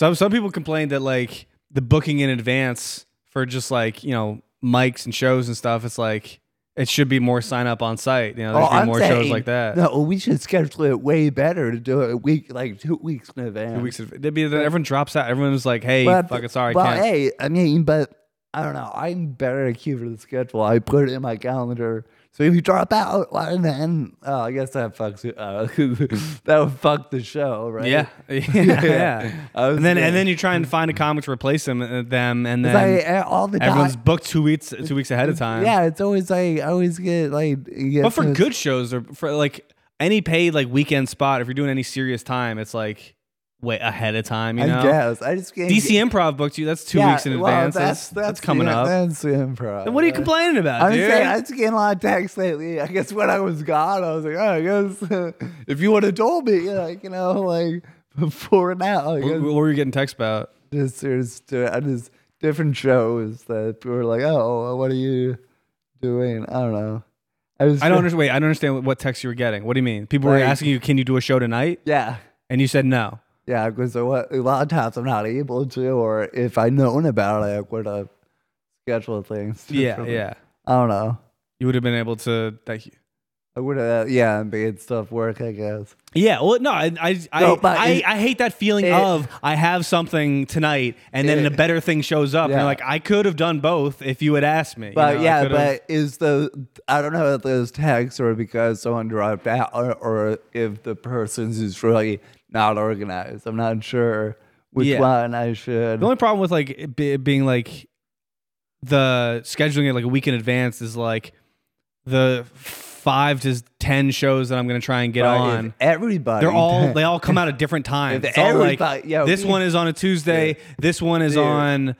S1: some some people complained that like the booking in advance for just like you know mics and shows and stuff. It's like it should be more sign up on site. You know, there should be more shows
S2: saying-
S1: like that.
S2: Oh, No, we should schedule it way better to do it a week, like two weeks in advance.
S1: Two weeks. Of, it'd be then everyone drops out. Everyone's like, "Hey,
S2: But-
S1: fucking sorry,
S2: Well,
S1: can't."
S2: hey, I mean, but I don't know. I'm better at keeping the schedule. I put it in my calendar. So if you drop out, well, then oh, I guess that fucks it. Uh, that would fuck the show, right?
S1: Yeah, yeah, yeah.
S2: I was
S1: And then
S2: saying-
S1: and then you try and find a comic to replace them, uh, them, and
S2: It's
S1: then
S2: like, uh, all the
S1: everyone's
S2: time.
S1: booked two weeks two weeks ahead of time.
S2: Yeah, it's always like I always get like. Get
S1: but for
S2: this-
S1: good shows or for like any paid like weekend spot, if you're doing any serious time, it's like way ahead of time. You know,
S2: I guess I just can't
S1: DC
S2: get-
S1: Improv booked you. That's two
S2: Yeah,
S1: weeks in
S2: well,
S1: advance.
S2: That's,
S1: that's coming
S2: the-
S1: up.
S2: That's the improv.
S1: Then what are you
S2: right?
S1: complaining about,
S2: I'm
S1: dude?
S2: saying I just getting a lot of texts lately. I guess when I was gone, I was like, oh, I guess uh, if you would have told me, like you know, like before now, I
S1: what,
S2: guess
S1: what were you getting text about?
S2: just there's I just different shows that people were like, oh, what are you doing? I don't know. I was.
S1: I don't understand. Wait, I don't understand what- what text you were getting. What do you mean? People were
S2: Like-
S1: asking you, "Can you do a show tonight?"
S2: Yeah.
S1: And you said no.
S2: Yeah, because a lot a lot of times I'm not able to, or if I'd known about it, I would have scheduled things.
S1: Yeah,
S2: differently.
S1: yeah.
S2: I don't know.
S1: You would have been able to. Thank you.
S2: I would have, yeah, and made stuff work, I guess.
S1: Yeah, well, no, I, I, I,
S2: No, but
S1: I,
S2: it-
S1: I hate that feeling
S2: it-
S1: of I have something tonight, and then
S2: It-
S1: a better thing shows up, and
S2: Yeah.
S1: you're like, I could have done both if you had asked me. you
S2: But
S1: know, I
S2: yeah,
S1: could have-
S2: but is the I don't know if those texts are because someone dropped out or, or if the person's is really not organized. I'm not sure which
S1: Yeah.
S2: one I should.
S1: the only problem with like it be, being like the scheduling it like a week in advance is like the five to ten shows that I'm gonna try and get
S2: But
S1: on.
S2: if everybody.
S1: They're all
S2: did-
S1: they all come out at different times.
S2: If
S1: It's all like
S2: everybody- yeah,
S1: this
S2: we-
S1: one is on a Tuesday. This one is on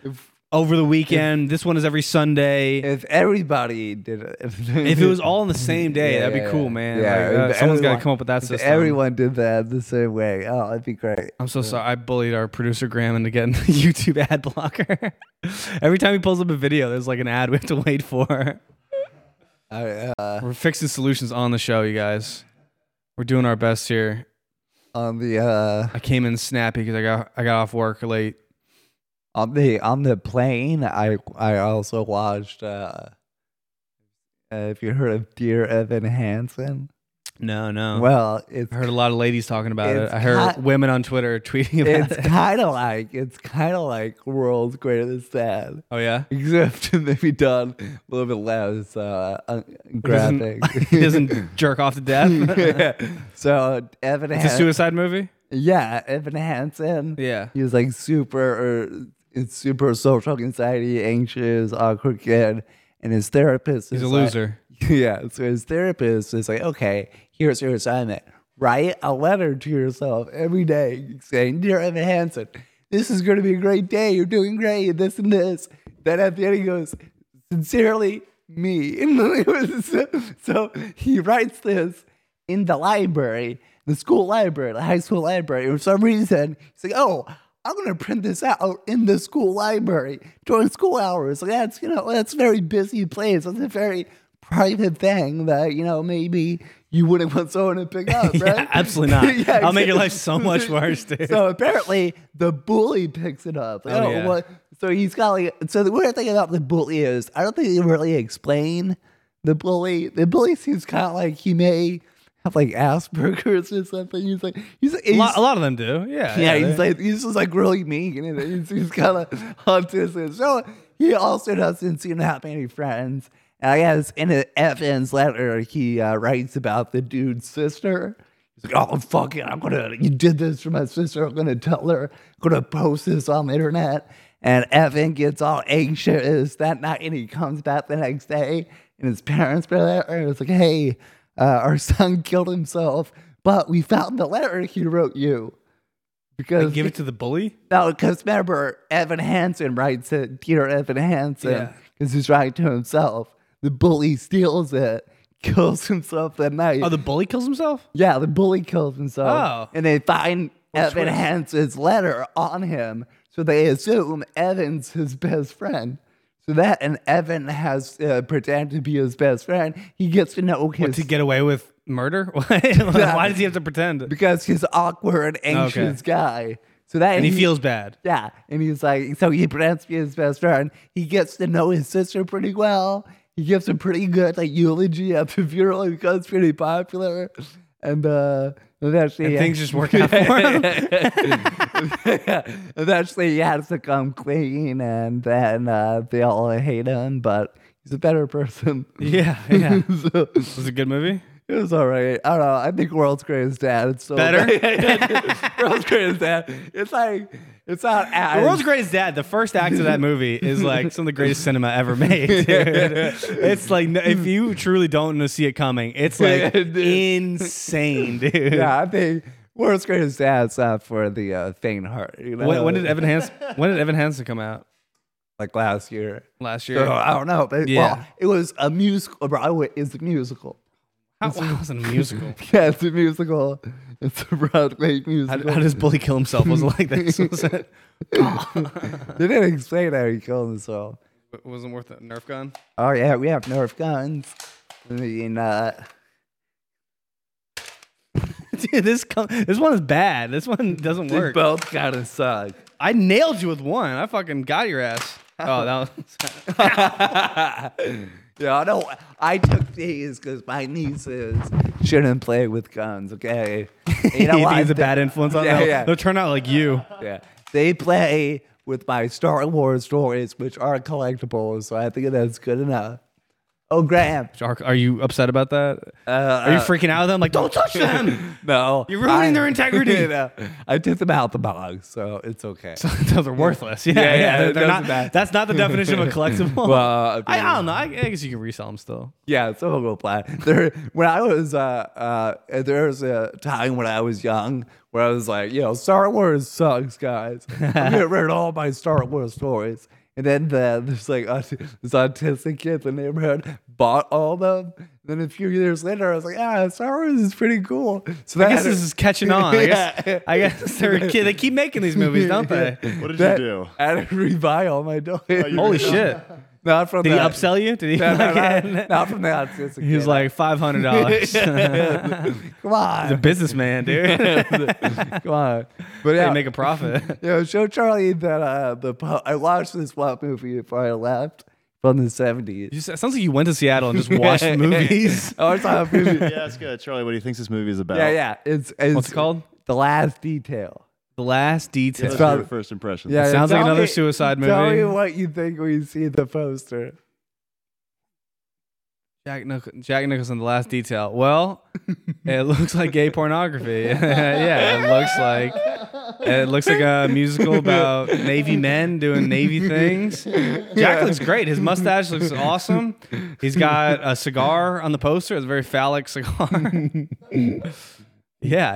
S1: over the weekend. this one is every Sunday.
S2: If
S1: If,
S2: everybody did it. If,
S1: it was all on the same day,
S2: Yeah,
S1: that'd be
S2: yeah,
S1: cool,
S2: yeah.
S1: man.
S2: Yeah,
S1: Like, uh,
S2: if
S1: someone's got to
S2: everyone-
S1: come up with that
S2: if
S1: system.
S2: Everyone did that the same way. Oh, that'd be great.
S1: I'm so sorry. I bullied our producer Graham into getting the YouTube ad blocker. every time he pulls up a video, there's like an ad we have to wait for.
S2: All right, uh,
S1: We're fixing solutions on the show, you guys. We're doing our best here.
S2: on the uh,
S1: I came in snappy because I got I got off work late.
S2: on the on the plane, I I also watched. Uh, uh, if you heard of Dear Evan Hansen,
S1: No, no.
S2: well, it's
S1: I Uh-huh. heard a lot of ladies talking about it.
S2: It's
S1: I heard
S2: hot.
S1: women on Twitter tweeting about
S2: it's
S1: it.
S2: kind of like it's kind of like World's Greatest Dad,
S1: Oh yeah.
S2: except maybe done a little bit less uh, uh,
S1: He doesn't-
S2: graphic.
S1: he doesn't jerk off to death.
S2: Yeah. So Evan,
S1: It's a
S2: Han-
S1: suicide movie.
S2: yeah, Evan Hansen.
S1: Yeah.
S2: he was like super er, it's super social anxiety anxious awkward kid and his therapist
S1: He's
S2: is
S1: a
S2: like-
S1: loser.
S2: yeah so his therapist is like okay here's your assignment write a letter to yourself every day saying dear evan hansen this is going to be a great day you're doing great this and this then at the end he goes sincerely me And it was so, so he writes this in the library, the school library, the high school library. And for some reason, he's like, oh, I'm going to print this out in the school library during school hours. Like, that's, you know, that's a very busy place. That's a very private thing that, you know, maybe you wouldn't want someone to pick up,
S1: Yeah,
S2: right?
S1: absolutely not. I'll make
S2: exactly.
S1: your life so much worse, dude.
S2: So apparently, the bully picks it up. Like,
S1: Oh,
S2: oh,
S1: yeah.
S2: what? So he's got like, so the weird thing about the bully is, I don't think they really explain the bully. The bully seems kind of like he may have like Asperger's or something. He's like, he's,
S1: A
S2: he's-
S1: lot, a lot of them do. Yeah.
S2: yeah,
S1: they-
S2: he's like, he's just like really mean. And he's, he's kind of autistic. So he also doesn't seem to have any friends. And I guess in an FN's letter, he uh, writes about the dude's sister. He's like, oh, fuck it. I'm going to, you did this for my sister. I'm going to tell her. I'm going to post this on the internet. And Evan gets all anxious that night and he comes back the next day. And his parents were there. And it's like, hey, uh, our son killed himself, but we found the letter he wrote you.
S1: They
S2: Because
S1: give it to the bully.
S2: no, because remember, Evan Hansen writes it, Peter Evan Hansen,
S1: Yeah.
S2: because he's writing to himself. The bully steals it, kills himself that night.
S1: Oh, the bully kills himself.
S2: yeah, the bully kills himself.
S1: Oh.
S2: And they find Evan
S1: twist.
S2: Hansen's letter on him. So they assume Evan's his best friend. So that, and Evan has uh, pretended to be his best friend. He gets to know his
S1: What to get away with murder? Why Why does he have to pretend?
S2: because he's awkward, anxious guy. So that
S1: And he feels bad.
S2: Yeah, and he's like, so he pretends to be his best friend. He gets to know his sister pretty well. He gives a pretty good like eulogy at the funeral. He becomes pretty popular, and uh, eventually
S1: And things just work out for him.
S2: eventually he has to come clean, and then uh, they all hate him, but he's a better person.
S1: Yeah, yeah.
S2: so,
S1: Was it a good movie?
S2: it was all right. I don't know. I think World's Greatest Dad. It's so
S1: Better?
S2: World's Greatest Dad. It's like it's not
S1: The
S2: as
S1: world's greatest dad. The first act of that movie is like some of the greatest cinema ever made. Dude. It's like no- if you truly don't see it coming, it's like
S2: Yeah, dude.
S1: insane, dude.
S2: Yeah, I think World's Greatest Dad's not for the uh, faint heart. You know?
S1: When, when did Evan Hansen? When did Evan Hansen come out?
S2: like last year?
S1: Last year.
S2: So, I don't know. But,
S1: Yeah.
S2: well, it was a musical. Broadway is a musical.
S1: How, wow, it was a musical.
S2: Yeah, it's a musical. It's a Broadway
S1: How,
S2: musical.
S1: how does Bully kill himself? Was it like this? Was it,
S2: they didn't explain how he killed himself.
S1: wasn't worth a Nerf gun.
S2: Oh yeah, we have Nerf guns. I mean, uh,
S1: Dude, this co- this one is bad. This one doesn't
S2: they
S1: work.
S2: both kind of suck.
S1: I nailed you with one. I fucking got your ass. Oh, that was.
S2: Yeah, I don't. I took these because my nieces shouldn't play with guns. Okay, And you know
S1: He
S2: what?
S1: thinks a
S2: They-
S1: bad influence on
S2: Yeah,
S1: them.
S2: yeah.
S1: They'll turn out like you.
S2: Yeah, they play with my Star Wars stories, which are collectibles. So I think that's good enough. Oh, Graham. Uh,
S1: Are, are you upset about that? are you freaking out? With them like, don't touch them.
S2: No.
S1: You're ruining their integrity.
S2: no. I took them out the box, so it's okay.
S1: Those are worthless. Yeah, yeah.
S2: Yeah, yeah,
S1: they're,
S2: it
S1: they're not,
S2: doesn't matter.
S1: That's not the definition of a collectible.
S2: Well,
S1: I, I don't know. I, I guess you can resell them still.
S2: Yeah, it's a whole plan. There, when I was, uh, uh, there was a time when I was young where I was like, you know, Star Wars sucks, guys. I'm gonna read all my Star Wars stories. And then the, there's like aut- this autistic kid in the neighborhood bought all of them. Then a few years later, I was like, yeah, Star Wars is pretty cool. So
S1: I guess this is catching on. I guess, I guess they're a kid. They keep making these movies, don't they?
S3: What did
S2: that,
S3: you do? Oh,
S2: I had to rebuy all my toys.
S1: Holy shit!
S2: Not from
S1: Did he
S2: that.
S1: upsell you? Did he?
S2: No, no,
S1: fucking-
S2: no, not from the autistic
S1: He was
S2: kid.
S1: like five hundred dollars.
S2: come on.
S1: Businessman, dude.
S2: Come on. But yeah,
S1: They make a profit.
S2: you know, show Charlie that uh, the pop, I watched this pop movie before I left from the 70s.
S1: You, s- it sounds like you went to Seattle and just watched movies.
S2: I watched that movie.
S3: Yeah, ask uh, Charlie what he thinks this movie is about.
S2: Yeah, yeah. It's, it's
S1: What's it called?
S2: The Last Detail.
S1: The last detail.
S3: That's
S2: about-
S3: your first impression.
S2: Yeah,
S1: sounds like
S2: tell
S1: another
S2: me-
S1: suicide
S2: Tell me
S1: movie.
S2: what you think when you see the poster.
S1: Jack, Nich- Jack Nicholson, the last detail. Well, it looks like gay pornography. yeah, it looks like it looks like a musical about Navy men doing Navy things. Jack looks great. His mustache looks awesome. He's got a cigar on the poster. It's a very phallic cigar. yeah,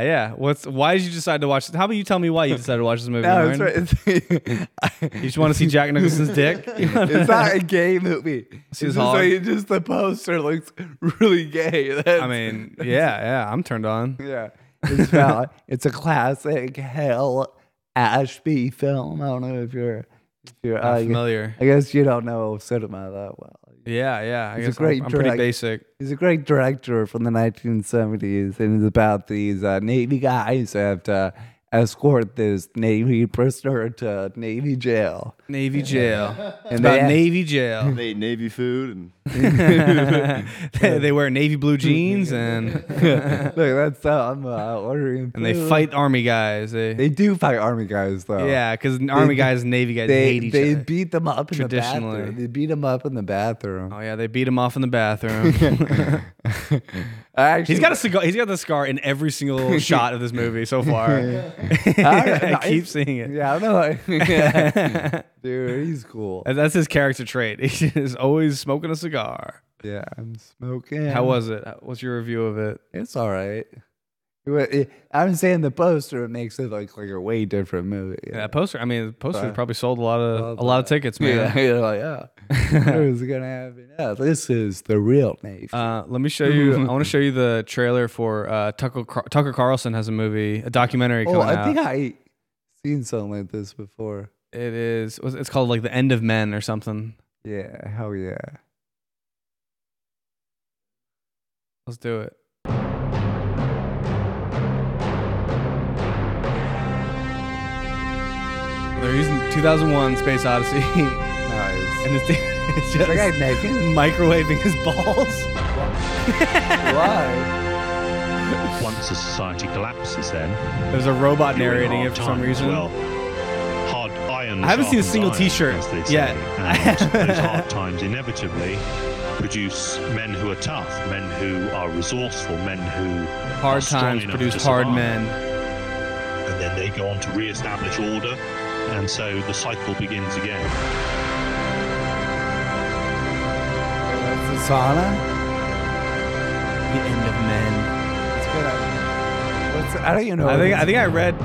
S1: yeah. What's why did you decide to watch? How about you tell me why you decided to watch this movie?
S2: No, it's,
S1: Lauren?
S2: right. it's,
S1: You just want to see Jack Nicholson's dick?
S2: it's not a gay movie.
S1: See
S2: It's
S1: his
S2: just,
S1: hog?
S2: like, just the poster looks really gay. That's-
S1: I mean, yeah, yeah. I'm turned on.
S2: Yeah. It's valid. it's a classic Hell Ashby film. I don't know if you're if you're
S1: Not
S2: uh,
S1: familiar.
S2: I guess you don't know cinema that well.
S1: Yeah, yeah. I
S2: He's a
S1: guess I'm-
S2: great
S1: I'm, pretty
S2: drag-
S1: basic.
S2: He's a great director from the 1970s, and it's about these uh, Navy guys who have to escort this Navy prisoner to Navy jail.
S1: Navy jail. It's
S2: they
S1: about
S2: act-
S1: Navy jail.
S3: They ate Navy food and
S1: they, they wear navy blue jeans and
S2: Look, that's how I'm uh, ordering.
S1: and they
S2: food.
S1: fight army guys. They,
S2: They do fight army guys though.
S1: yeah, because army guys and navy guys
S2: They
S1: hate each
S2: they
S1: other.
S2: beat them up in the
S1: Traditionally.
S2: bathroom. They beat them up in the bathroom.
S1: oh yeah, they beat him off in the bathroom.
S2: Actually,
S1: he's got a cigar. He's got the scar in every single shot of this movie so far.
S2: I-
S1: I keep seeing it.
S2: Yeah, I don't know. Dude, he's cool.
S1: And That's his character trait. He is always smoking a cigar.
S2: Yeah, I'm smoking.
S1: How was it? What's your review of it?
S2: It's all right. It wa- it- I'm saying the poster it makes it look like a way different movie.
S1: Yeah, poster. I mean, the poster
S2: Sorry.
S1: probably sold a lot of
S2: Love
S1: a lot of tickets, man.
S2: Yeah, you're like, oh, who's gonna have it? Yeah, this is the real Navy.
S1: Uh, let me show you. I want to show you the trailer for uh, Tucker, Car- Tucker Carlson has a movie, a documentary coming
S2: oh, I
S1: out.
S2: think I seen something like this before.
S1: it is. what's- It's called like the End of Men or something.
S2: Yeah, hell yeah.
S1: Let's do it. They're using 2001 Space Odyssey, and
S2: Nice.
S1: this dude is
S2: Is that guy
S1: just
S2: naked?
S1: microwaving his balls.
S2: Why?
S10: Once a society collapses, then
S1: There's a robot
S10: you're in
S1: narrating
S10: hard
S1: it for some
S10: times,
S1: reason.
S10: well. hard iron.
S1: I haven't seen a
S10: sharpens
S1: single
S10: iron,
S1: t-shirt
S10: as they say,
S1: yet.
S10: And those hard times inevitably produce men who are tough, men who are resourceful, men who are
S1: hard
S10: strong
S1: times
S10: enough
S1: produce
S10: to
S1: hard
S10: survive.
S1: men.
S10: and then they go on to re-establish order, and so the cycle begins again.
S2: That's a sauna?
S1: The End of Men.
S2: It's good. What's, I don't even know.
S1: I
S2: what
S1: think
S2: it's
S1: I think I read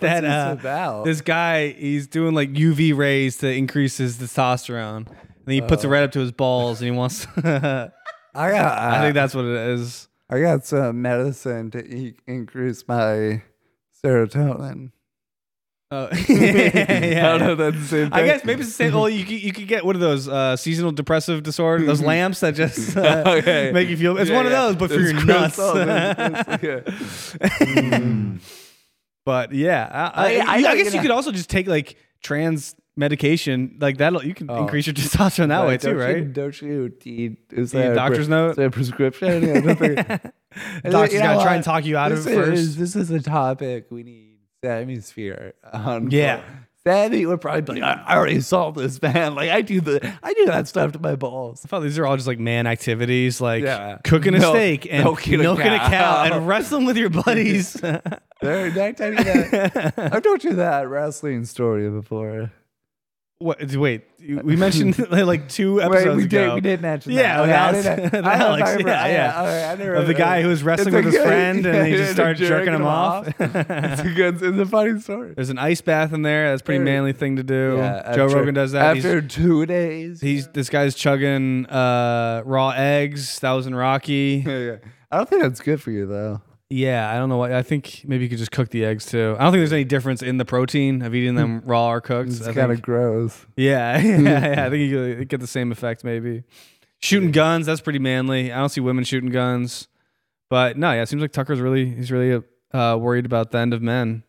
S1: that
S2: this
S1: uh,
S2: about?
S1: this guy he's doing like UV rays to increase his testosterone. And then he puts it right up to his balls, and he wants.
S2: I got. uh,
S1: I think that's what it is.
S2: I got some medicine to e- increase my serotonin.
S1: Oh,
S2: I don't know if that's the same thing.
S1: I guess maybe it's the same. Well, you could, you could get one of those uh, seasonal depressive disorder, those lamps that just uh,
S2: Mm-hmm. Okay.
S1: make you feel. It's
S2: Yeah,
S1: one
S2: yeah.
S1: of those, but for
S2: Those
S1: your nuts.
S2: crystals, those crystals,
S1: But yeah, I, I,
S2: I- I
S1: you- I
S2: gotta
S1: guess
S2: get
S1: you
S2: a-
S1: could also just take like trans medication, like that'll you can
S2: Oh.
S1: increase your testosterone that way
S2: Like,
S1: too,
S2: don't
S1: right?
S2: You, don't you need? Is
S1: Need a
S2: that
S1: doctor's note?
S2: Is that a prescription? Yeah, don't they- And
S1: Doctor's
S2: you know
S1: gotta try
S2: what?
S1: and talk you out of
S2: This
S1: it first.
S2: Is, this is a topic we need. Hemisphere. On
S1: Yeah.
S2: for Sammy um, would probably be like, I I already solved this, man. Like I do the I do that stuff to my balls.
S1: I thought these are all just like man activities, like
S2: Yeah.
S1: cooking a
S2: Milk-
S1: steak and milking,
S2: milking a
S1: a, cow.
S2: cow.
S1: and wrestling with your buddies.
S2: There, next time you that. I've told you that wrestling story before.
S1: what? Wait, you- we mentioned like two episodes
S2: Wait, we
S1: ago.
S2: did. We did mention that.
S1: Yeah, with
S2: Okay, I
S1: Alex-
S2: didn't-
S1: with
S2: I don't
S1: Alex,
S2: remember-
S1: yeah,
S2: I-
S1: yeah.
S2: alright, I didn't
S1: Of the
S2: remember.
S1: guy who was wrestling
S2: It's
S1: with his
S2: okay.
S1: friend and he
S2: Yeah,
S1: just started jerking him off.
S2: it's a good. It's a funny story.
S1: There's an ice bath in there. That's a pretty
S2: There-
S1: manly thing to do.
S2: Yeah,
S1: Joe
S2: after-
S1: Rogan does that. He's-
S2: after two days.
S1: He's this guy's chugging uh, raw eggs. That was in Rocky.
S2: Yeah, yeah. I don't think that's good for you though.
S1: Yeah, I don't know why. I think maybe you could just cook the eggs too. I don't think there's any difference in the protein of eating them raw or cooked.
S2: Mm. It's
S1: I
S2: kind
S1: think-
S2: of gross.
S1: yeah, yeah, yeah. I think you could get the same effect maybe. Shooting guns, that's pretty manly. I don't see women shooting guns, but no, yeah. It seems like Tucker's really he's really uh, worried about the end of men.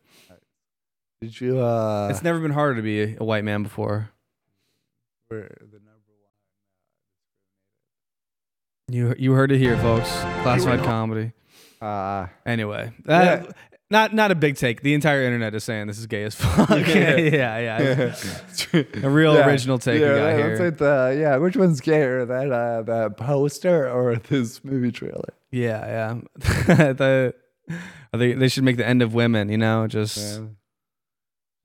S2: Did you? uh
S1: It's never been harder to be a white man before.
S2: were the number
S1: You you heard it here, folks. Classified comedy.
S2: one? Uh,
S1: Anyway, that,
S2: Yeah.
S1: not not a big take. The entire internet is saying this is gay as fuck. yeah,
S2: Yeah.
S1: yeah, A real original take we
S2: Yeah,
S1: got
S2: that-
S1: here.
S2: that's like the- yeah, which one's gayer, that uh, that poster or this movie trailer?
S1: yeah, yeah. the, I think they should make the end of women. You know, just
S2: man?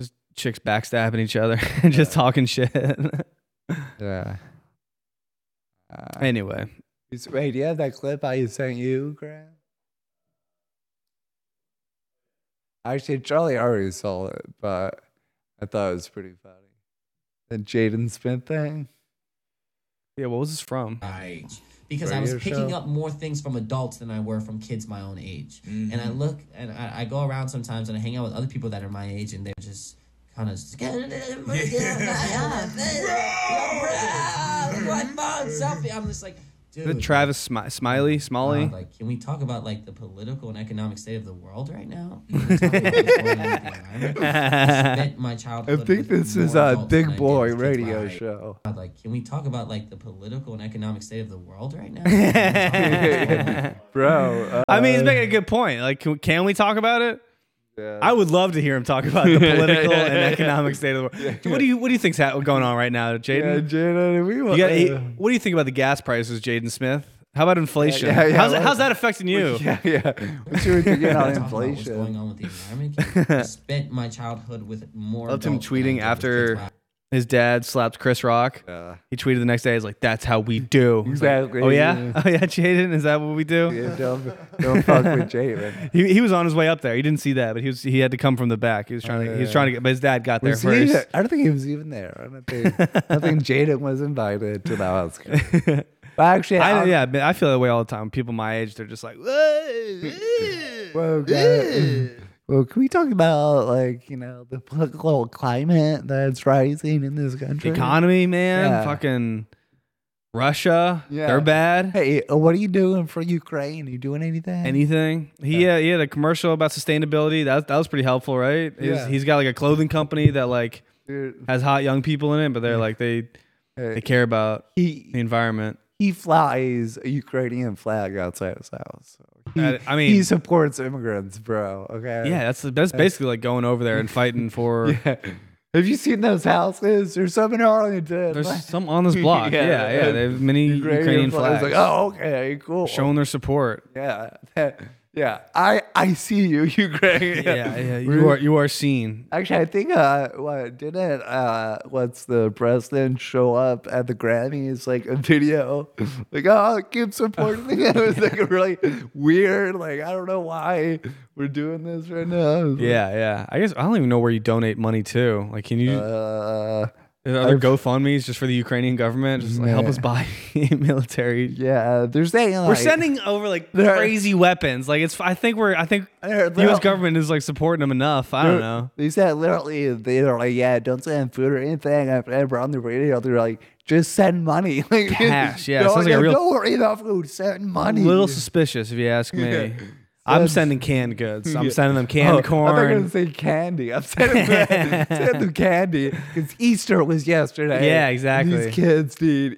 S1: just chicks backstabbing each other and just talking shit.
S2: Yeah. Uh,
S1: anyway,
S2: it's- wait, do you have that clip I sent you, Graham? Actually, Charlie already saw it, but I thought it was pretty funny. The Jaden Smith thing.
S1: yeah. What was this from?
S2: uh,
S11: age because I was
S2: Radio
S11: picking
S2: show?
S11: up more things from adults than I were from kids my own age. And I look and I, I go around sometimes and I hang out with other people that are my age and they're just kind of I'm just like,
S1: Is it
S11: dude.
S1: Travis Smi- Smiley? Smalley?
S2: Uh,
S11: God, like, can we talk about like the political and economic state of the world right now? Can we talk about what's going on with the environment? I spent my
S2: I
S11: childhood
S2: think
S11: with
S2: this
S11: more
S2: is a
S11: adults than I
S2: big
S11: did
S2: boy
S11: with kids my
S2: radio
S11: age.
S2: show.
S11: God, like, can we talk about like the political and economic state of the world right now? I
S2: Bro,
S1: I mean, he's
S2: uh,
S1: making a good point. Like, can, can we talk about it?
S2: yeah.
S1: I would love to hear him talk about the political and economic state of the world. What do you What do you think's ha- going on right now,
S2: Yeah,
S1: Jaden?
S2: Jaden, we
S1: You
S2: want.
S1: got-
S2: uh,
S1: what do you think about the gas prices, Jaden Smith? How about inflation?
S2: yeah, yeah,
S1: how's,
S2: well-
S1: how's that affecting you?
S2: yeah, yeah. What's your opinion on
S11: talk about what's going
S2: inflation?
S11: on with the environment. I spent my childhood with more.
S1: I loved him
S11: adults than I
S1: tweeting
S11: did with kids.
S1: after his dad slapped Chris Rock.
S2: Yeah.
S1: He tweeted the next day, he's like, "That's how we do." He's like,
S2: Exactly.
S1: oh yeah, oh yeah, Jaden, is that what we do?
S2: Yeah, don't, don't fuck with Jaden.
S1: He, he was on his way up there. He didn't see that, but he was he had to come from the back. He was trying to he was trying to get, but his dad got there
S2: Uh, Was he-
S1: first.
S2: I don't think he was even there. I don't think, I think Jaden was invited to the house. But actually,
S1: I,
S2: I'm-
S1: yeah, but I feel that way all the time. People my age, they're just like, "Whoa,
S2: Well, okay. well, can we talk about like you know the political climate that's rising in this country?
S1: economy, man,
S2: Yeah.
S1: fucking Russia,
S2: Yeah.
S1: they're bad.
S2: Hey, uh, what are you doing for Ukraine? you doing anything?
S1: Anything? He yeah. he had a commercial about sustainability. That that was pretty helpful, right? He was-
S2: Yeah.
S1: he's got like a clothing company that like
S2: Dude,
S1: has hot young people in it, but they're like they they
S2: hey,
S1: care about the
S2: he
S1: environment.
S2: he flies a Ukrainian flag outside his house. He,
S1: I- I mean-
S2: he supports immigrants, bro. Okay.
S1: Yeah, that's that's basically like going over there and fighting for.
S2: Yeah. Have you seen those houses? There's some in Arlington.
S1: There's some on this block. yeah,
S2: Yeah,
S1: yeah.
S2: yeah.
S1: They have many Ukrainian, flags.
S2: flags. Like, oh, okay, cool.
S1: showing their support.
S2: yeah, yeah. I I see you, Ukraine.
S1: yeah, yeah.
S2: We're-
S1: You are you are seen.
S2: Actually, I think uh, what didn't uh, what's the president show up at the Grammys like a video, like oh keep supporting it. It was like really weird. Like I don't know why we're doing this right now.
S1: Yeah, yeah. I guess I don't even know where you donate money to. Like, can you
S2: Uh,
S1: are there
S2: I've-
S1: GoFundmes just for the Ukrainian government? Just like help us buy military.
S2: yeah. They're saying
S1: We're
S2: like-
S1: sending over like
S2: They're-
S1: crazy weapons. Like it's. I think we're. I think
S2: They're-
S1: the U.S.
S2: they're-
S1: government is like supporting them enough. I don't know.
S2: They said literally, they were like, yeah, don't send food or anything. I've ever on the radio, they're like, just send money. Like,
S1: Cash, yeah,
S2: Don't,
S1: sounds like a real-
S2: don't worry about food, send
S1: A
S2: money.
S1: little suspicious if you ask me. I'm
S2: That's-
S1: sending canned goods. I'm
S2: Yeah. Oh,
S1: sending them canned
S2: I'm not going
S1: corn.
S2: to say candy. I'm sending them, send them candy because Easter was yesterday.
S1: Yeah,
S2: And
S1: exactly.
S2: These kids need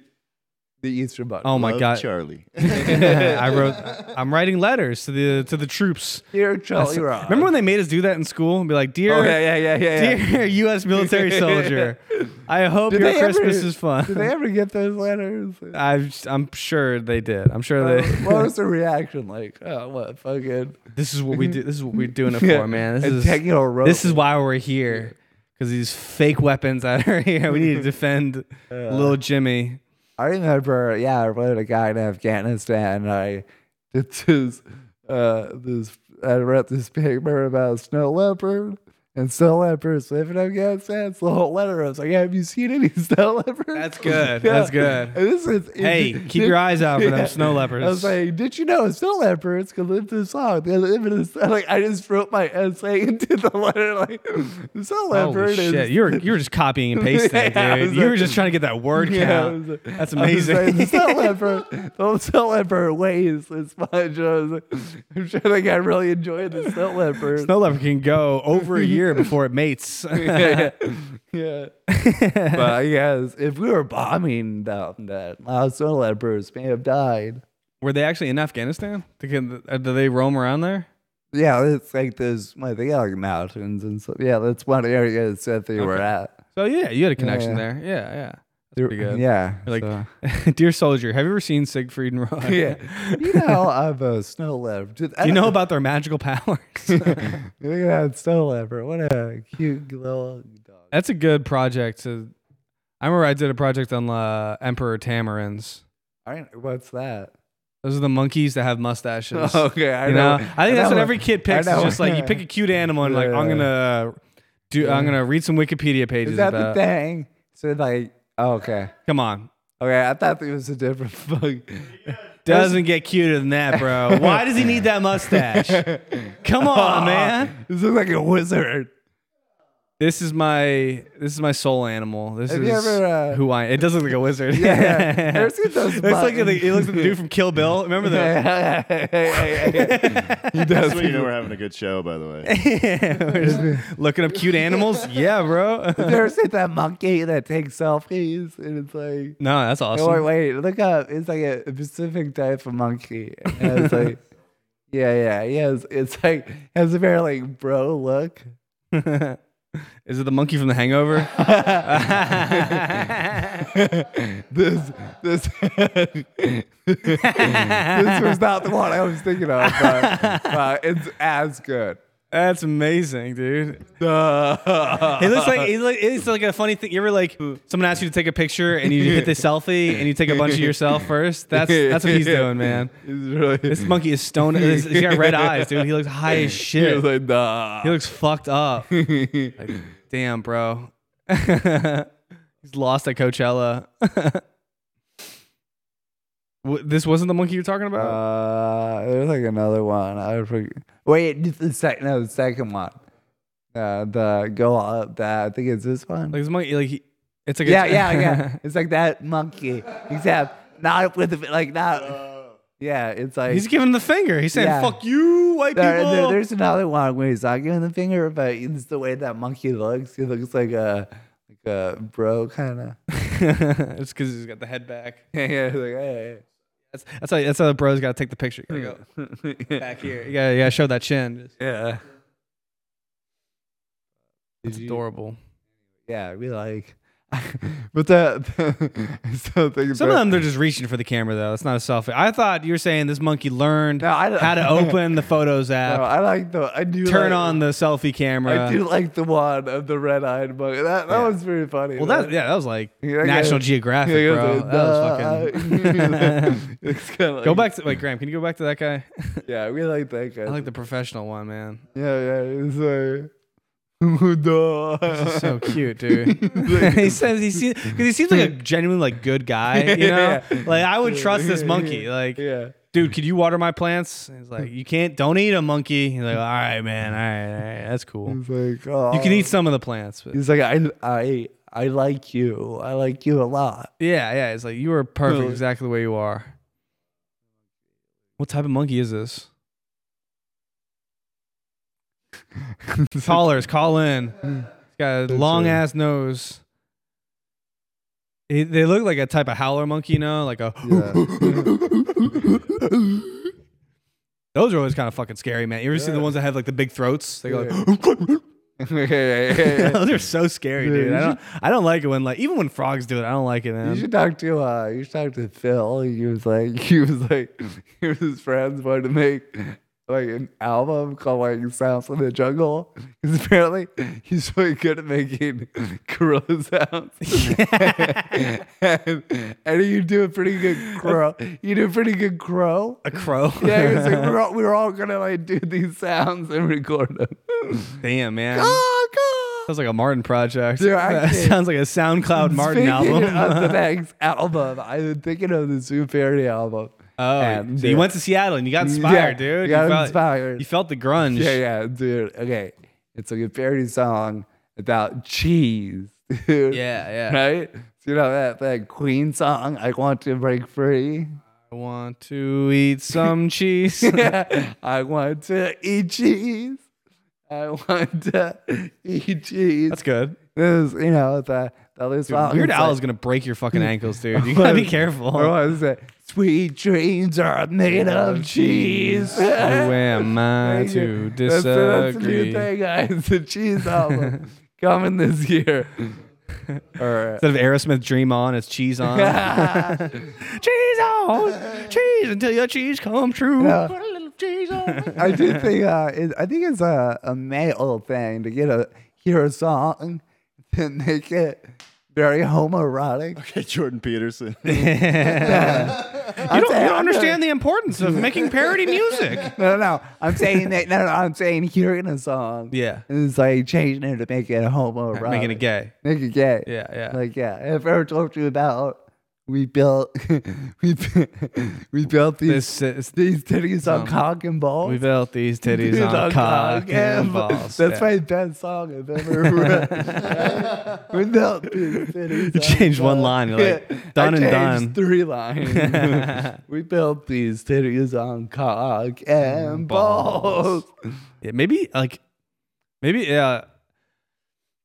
S2: The Eastern Button.
S1: Oh my God, I wrote. I'm writing letters to the to the troops.
S2: Dear Charlie
S1: That's-
S2: Ross.
S1: Remember when they made us do that in school and be like, dear,
S2: Oh, yeah, yeah, yeah, yeah, yeah.
S1: dear U.S. military soldier, I hope
S2: Did
S1: your
S2: they ever-
S1: Christmas is fun.
S2: Did they ever get those letters?
S1: I've, I'm sure they did. I'm sure they.
S2: what was the reaction like? Oh, what fucking?
S1: This is what we do. This is what we're doing it
S2: Yeah.
S1: for, man.
S2: And
S1: This
S2: taking it all
S1: is
S2: rogue.
S1: this is why we're here because these fake weapons out here. We need to defend little Jimmy.
S2: I remember, yeah, I wrote a guy in Afghanistan. And I did this, uh, this. I wrote this paper about snow leopard and snow leopards live in Afghanistan. It's the whole letter. I was like, have you seen any snow leopards?
S1: That's good.
S2: Yeah.
S1: That's good.
S2: And this is-
S1: Hey, keep your eyes out for them snow
S2: I was
S1: leopards.
S2: like, did you know snow leopards can live this long? They live in this. Like, I just wrote my essay into the letter. Like, the snow leopard
S1: Holy
S2: is
S1: shit! You were you were just copying and pasting,
S2: Yeah, I
S1: dude.
S2: was
S1: You were
S2: like-
S1: just trying to get that word
S2: I
S1: count.
S2: was like-
S1: That's
S2: I was
S1: amazing.
S2: like, the cell leopard, the cell leopard weighs as much. I was like, I'm sure that guy really enjoyed the cell leopard.
S1: Snow leopard can go over a year before it mates.
S2: yeah, yeah. but yes, if we were bombing them, uh, that loud snow leopards may have died.
S1: Were they actually in Afghanistan? They can- uh, Do they roam around there?
S2: Yeah, it's like those well, they got like mountains and stuff. Yeah, that's one area that said they were
S1: Okay.
S2: at.
S1: So yeah, you had a
S2: Yeah.
S1: connection there. Yeah, yeah.
S2: They're-
S1: That's pretty good.
S2: yeah,
S1: You're like, dear soldier, have you ever seen Siegfried and Roy?
S2: Yeah, you know, I'm a snow leopard. Dude, I
S1: Do you know
S2: don't-
S1: about their magical powers?
S2: Look at that snow leopard. What a cute little
S1: That's a good project. To, I remember I did a project on uh, Emperor Tamarins.
S2: I don't, what's that?
S1: Those are the monkeys that have mustaches.
S2: Okay, I
S1: you
S2: know.
S1: I think
S2: I
S1: that's what
S2: know.
S1: every kid
S2: I
S1: picks. It's
S2: know.
S1: just like you pick a cute animal and like I'm
S2: Yeah.
S1: gonna do. I'm gonna read some Wikipedia pages
S2: Is that
S1: about.
S2: the thing? So like, oh, okay,
S1: Come on,
S2: okay. I thought it was a different thing.
S1: doesn't get cuter than that, bro. Why does he need that mustache? Come on, man.
S2: This looks like a wizard.
S1: This is my this is my soul animal. This
S2: Have
S1: is
S2: you ever, uh,
S1: who I. It does look like a wizard.
S2: Yeah, yeah. Ever seen those
S1: It's like the,
S2: buttons?
S1: it looks like the dude from Kill Bill. Remember that?
S3: That's when you know we're having a good show, by the way.
S1: We're just looking up cute animals. Yeah, bro.
S2: Have you ever seen that monkey that takes selfies? And it's like,
S1: no, that's awesome.
S2: oh, wait, wait, look up. It's like a specific type of monkey. And it's like, yeah, yeah, yeah. It's, it's like has a very like bro look.
S1: Is it the monkey from The Hangover?
S2: this this this was not the one I was thinking of, but, but it's as good.
S1: That's amazing, dude. It looks like it look- it's like a funny thing. You ever like someone asks you to take a picture and you hit the selfie and you take a bunch of yourself first? That's that's what he's doing, man. This monkey is stoned. He's he's got red eyes, dude. He looks high as
S2: He
S1: shit.
S2: was like, nah.
S1: He looks fucked up. Like, damn, bro. he's lost at Coachella. W- this wasn't the monkey you're talking about.
S2: Uh, there's like another one. I forget. Wait, just the second. No, the second one. Uh, the go up. That I think it's this one.
S1: like this monkey, like he, it's like a-
S2: yeah, yeah, yeah. It's like that monkey, except not with the like not. Yeah, it's like
S1: He's giving the finger. He's saying,
S2: Yeah.
S1: "Fuck you, white
S2: There-
S1: people."
S2: there- there's another one where he's not giving the finger, but it's the way that monkey looks. He looks like a like a bro kind of.
S1: it's because he's got the head back.
S2: yeah, yeah, like, hey.
S1: That's that's how that's how the bros got to take the picture. You gotta go back here.
S2: Mm.
S1: You gotta, you gotta show that chin.
S2: yeah.
S1: It's
S2: you-
S1: adorable.
S2: Yeah, we like. but the I still think
S1: Some of
S2: about-
S1: them they're just reaching for the camera though. It's not a selfie. I thought you were saying this monkey learned
S2: No, I don't-
S1: how to open the photos app,
S2: No, I like the. I do
S1: turn
S2: like-
S1: on the selfie camera.
S2: I do like the one of the red-eyed monkey. That that
S1: Yeah.
S2: was very funny.
S1: well, that yeah, that was like
S2: Yeah, yeah.
S1: National Geographic,
S2: Yeah, uh,
S1: bro.
S2: yeah,
S1: that was fucking.
S2: nah. It's kinda like-
S1: go back to wait, Graham. Can you go back to that guy?
S2: Yeah, we like that guy.
S1: I like the professional one, man.
S2: yeah, yeah. It's like,
S1: He's so cute, dude. he says he seems because he seems like a genuinely like good guy. You know,
S2: Yeah.
S1: like I would trust this monkey. Like,
S2: yeah.
S1: dude, could you water my plants? And He's like, you can't. Don't eat a monkey. He's like, all right, man. All right, all right that's cool.
S2: He's like, oh.
S1: You can eat some of the plants. But
S2: He's like, I, I, I like you. I like you a lot.
S1: yeah, yeah. It's like you are perfect, exactly the way you are. What type of monkey is this? Callers, call in. He's got a long ass nose. They- They look like a type of howler monkey, you know, like a. Those are always kind of fucking scary, man. You ever see the ones that have like the big throats? They go like. Those are so scary,
S2: Dude,
S1: dude.
S2: you
S1: I don't. I don't like it when like even when frogs do it. I don't like it, man.
S2: You should talk to uh, you should talk to Phil. He was like, he was like, he was his friends wanted to make like an album called like Sounds from the Jungle. Because apparently he's really good at making gorilla sounds. and, and you do a pretty good crow. You do a pretty good crow.
S1: A crow.
S2: Yeah, he was like, we're all, we're all gonna like do these sounds and record them. Oh,
S1: Damn, man. Sounds like a Martin project.
S2: Dude, I
S1: That
S2: can't-
S1: sounds like a SoundCloud Martin
S2: Speaking
S1: album.
S2: of the next album, I've been thinking of the Zoo Parody album.
S1: Oh,
S2: And,
S1: so you
S2: uh,
S1: went to Seattle and you got
S2: Yeah,
S1: inspired, dude.
S2: got
S1: you felt,
S2: inspired.
S1: You felt the grunge.
S2: Yeah, yeah, dude. Okay, it's like a parody song about cheese, dude.
S1: Yeah, yeah.
S2: Right? So you know that that Queen song, "I Want to Break Free."
S1: I want to eat some cheese.
S2: Yeah, I want to eat cheese. I want to eat cheese.
S1: That's good.
S2: This, is, you know, the the other
S1: Dude,
S2: song.
S1: Weird
S2: it's
S1: Al
S2: like-
S1: is gonna break your fucking ankles, dude. You gotta be careful.
S2: Or what is it? Sweet dreams are made of cheese.
S1: Who am I
S2: Thank
S1: to
S2: you. That's- That's the new
S1: disagree?
S2: thing, guys. The cheese album coming this year. All right.
S1: Instead of Aerosmith "Dream On," it's "Cheese On." cheese on, cheese until your cheese come true.
S2: Yeah.
S1: Put a little cheese on. it.
S2: Oh. I do think uh, it, I think it's a, a male thing to get a hear a song and make it very homoerotic.
S3: Okay, Jordan Peterson.
S1: You don't, you don't understand the importance of making parody music.
S2: No, no, no. I'm saying that. No, no. I'm saying hearing a song.
S1: Yeah.
S2: And it's like changing it to make it homoerotic.
S1: Making it gay.
S2: Make it gay.
S1: Yeah, yeah.
S2: Like yeah. I've ever talked to you about we built we bu- we built these
S1: This is-
S2: these titties on
S1: um,
S2: cock and balls.
S1: We built these titties
S2: Titties
S1: on, cock and balls.
S2: That's
S1: Yeah.
S2: my best song I've ever read. we built these titties.
S1: You
S2: on
S1: changed one
S2: cock.
S1: line, you're like,
S2: Yeah.
S1: done
S2: I
S1: and
S2: changed
S1: done.
S2: Three lines. we built these titties on cock and balls.
S1: Yeah, maybe like, maybe yeah.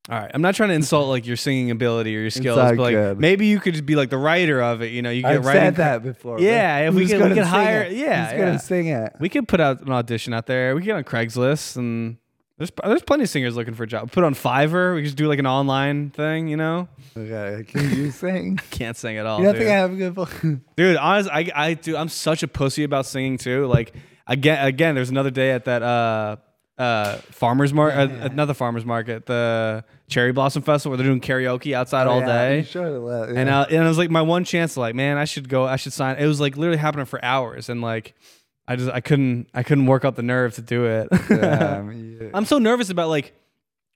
S1: All right, I'm not trying to insult like your singing ability or your skills,
S2: all
S1: but like
S2: good.
S1: maybe you could just be like the writer of it. You know, you get
S2: I've
S1: writing
S2: said
S1: cre-
S2: that before.
S1: Yeah,
S2: right?
S1: if we
S2: Who's
S1: could, we
S2: gonna
S1: could
S2: sing
S1: hire.
S2: it?
S1: Yeah,
S2: Who's
S1: yeah.
S2: gonna sing it?
S1: We could put out an audition out there. We could get on Craigslist and there's there's plenty of singers looking for a job. Put on Fiverr. We could just do like an online thing. You know,
S2: Okay, can you sing?
S1: can't sing at all.
S2: you don't
S1: dude.
S2: think I have a good voice?
S1: dude honest i i do i'm such a pussy about singing too like again again there's another day at that uh uh farmers market another farmers market the cherry blossom festival where they're doing karaoke outside all
S2: Oh, Yeah,
S1: day
S2: you should've let-
S1: and
S2: yeah.
S1: I, and it was like my one chance like man i should go i should sign it was like literally happening for hours and like i just i couldn't i couldn't work up the nerve to do it
S2: Yeah, I mean, yeah.
S1: i'm so nervous about like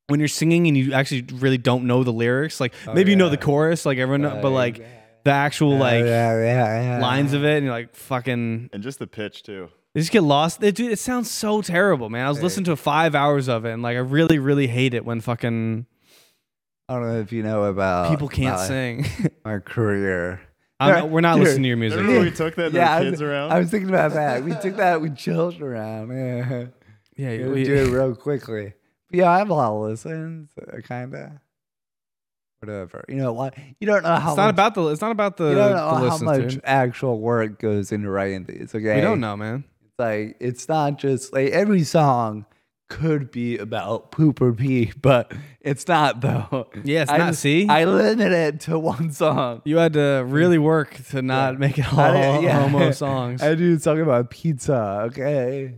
S1: when you're singing and you actually really don't know the lyrics like
S2: Oh,
S1: maybe you know the chorus like everyone know, but like the actual like
S2: Uh, yeah, yeah, yeah.
S1: lines of it and you're like fucking
S3: and just the pitch too.
S1: they just get lost it, dude it sounds so terrible man i was listening to five hours of it and like i really really hate it when fucking
S2: I don't know if you know about
S1: people can't
S2: my-
S1: sing
S2: my career.
S1: I'm-
S2: There-
S1: we're not
S2: there-
S1: listening to your music
S3: Remember when we took that and there
S2: Yeah, I
S3: were
S2: was,
S3: kids around?
S2: I was thinking about that. We took that with children around. Yeah,
S1: yeah
S2: we
S1: we-
S2: would do it real quickly. But yeah, I have a lot of listens, kind of. Whatever. You know what? You don't know how.
S1: it's not
S2: much,
S1: about the it's not about the,
S2: You don't
S1: the
S2: know how
S1: listens,
S2: much
S1: dude.
S2: actual work goes into writing these. Okay.
S1: we don't know man
S2: It's like it's not just like every song could be about poop or pee, but it's not though.
S1: Yeah, it's
S2: I
S1: not,
S2: just-
S1: see?
S2: I limit it to one song.
S1: you had to really work to not make it all
S2: I did- yeah.
S1: homo songs
S2: I do talk about pizza. Okay.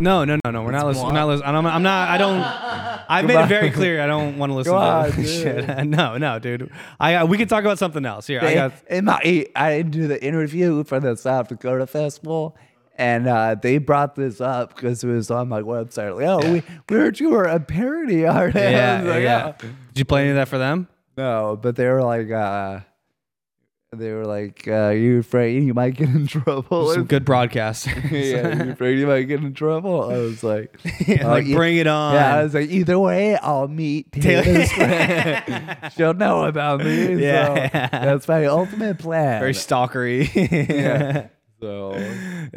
S1: no no no no we're not listening we're not listening i'm I'm not i don't i made it very clear i don't want to listen
S2: on,
S1: to
S2: dude.
S1: this shit no no dude i got- we could talk about something else here i
S2: They-
S1: got
S2: in my, eh, I do the interview for the South Dakota Festival, and uh, they brought this up because it was on my website. Like, oh, we, we heard you were a parody artist. I
S1: yeah,
S2: was like,
S1: yeah.
S2: "Oh."
S1: Did you play any of that for them?
S2: No, but they were like, uh, they were like, uh, you afraid you might get in trouble?
S1: Some good broadcast.
S2: yeah, you afraid you might get in trouble? I was like,
S1: Uh, Yeah,
S2: "Oh,
S1: like,
S2: yeah."
S1: bring it on.
S2: Yeah, I was like, either way, I'll meet Taylor.
S1: Taylor-
S2: Swift. She'll know about me.
S1: Yeah.
S2: so that's my ultimate plan.
S1: Very stalkery.
S2: yeah. So
S1: yeah,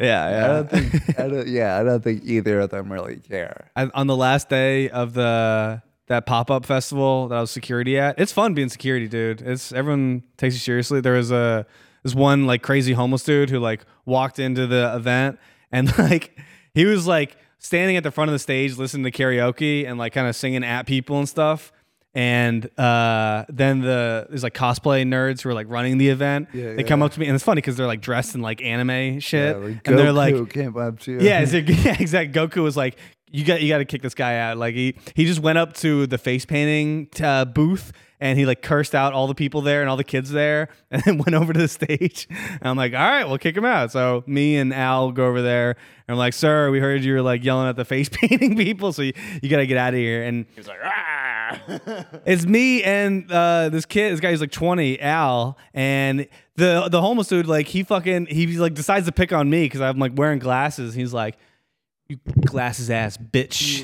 S2: I
S1: yeah.
S2: don't think, I don't, yeah, I don't think either of them really care.
S1: I, on the last day of the that pop up festival that I was security at. It's fun being security, dude. It's everyone takes you seriously. There was a this one like crazy homeless dude who like walked into the event and like he was like standing at the front of the stage listening to karaoke and like kind of singing at people and stuff. And uh, then the there's like cosplay nerds who are like running the event.
S2: Yeah,
S1: they come
S2: yeah.
S1: up to me and it's funny because they're like dressed in like anime shit,
S2: like
S1: and they're
S2: Goku
S1: like,
S2: came up to you.
S1: yeah, is it, yeah, exactly. Goku was like, "You got, you got to kick this guy out." Like he, he just went up to the face painting uh, booth and he like cursed out all the people there and all the kids there, and then went over to the stage. And I'm like, "All right, we'll kick him out." So me and Al go over there, and I'm like, "Sir, we heard you were like yelling at the face painting people, so you, you got to get out of here." And
S3: He's like, ah.
S1: it's me and uh, this kid, this guy who's like 20, Al, and the the homeless dude, like he fucking he like decides to pick on me because I'm like wearing glasses. He's like, "You glasses ass bitch."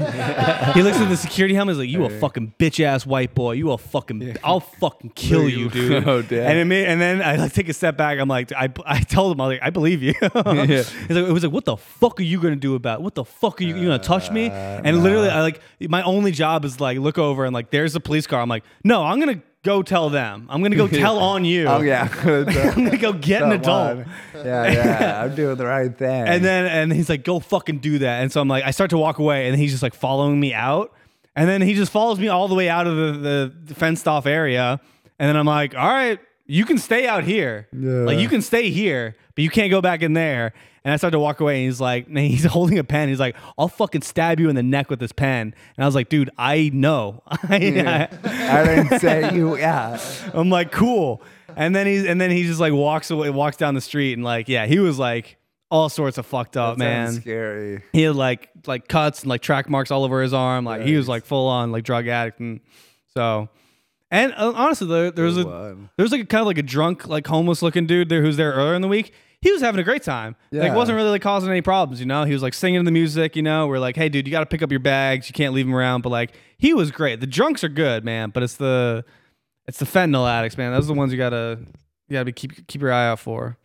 S1: he looks at the security helmet. He's like, "You a fucking bitch ass white boy. You a fucking. I'll fucking kill you, dude."
S2: Oh, damn.
S1: And it made, and then I like take a step back. I'm like, I, I told him, I was like, I believe you. He's like, it was like, what the fuck are you gonna do about? It? What the fuck are you, you gonna touch
S2: Uh,
S1: me? And literally, I like my only job is like look over and like there's a police car. I'm like, no, I'm gonna go tell them. I'm gonna go tell on you.
S2: Oh yeah,
S1: I'm gonna go get an adult.
S2: Someone. Yeah, yeah, I'm doing the right thing.
S1: And then and he's like, go fucking do that. And so I'm like, I start to walk away, and he's just like following me out. And then he just follows me all the way out of the, the fenced off area. And then I'm like, all right, you can stay out here. Like you can stay here, but you can't go back in there. And I start to walk away, and he's like, and he's holding a pen. He's like, I'll fucking stab you in the neck with this pen. And I was like, dude, I know. I,
S2: I didn't say you. Yeah,
S1: I'm like, cool. And then he's and then he just like walks away, walks down the street, and like, yeah, he was like all sorts of fucked up,
S2: That sounds
S1: Oh, man.
S2: scary.
S1: He had like like cuts and like track marks all over his arm. Like he was like full on like drug addict, and so. And uh, honestly, there, there was a there was like a kind of like a drunk, like homeless looking dude there who's there earlier in the week. He was having a great time. Like
S2: Yeah.
S1: wasn't really like causing any problems, you know. He was like singing the music, you know. We're like, hey, dude, you got to pick up your bags. You can't leave them around. But like, he was great. The drunks are good, man. But it's the it's the fentanyl addicts, man. Those are the ones you gotta you gotta be keep keep your eye out for.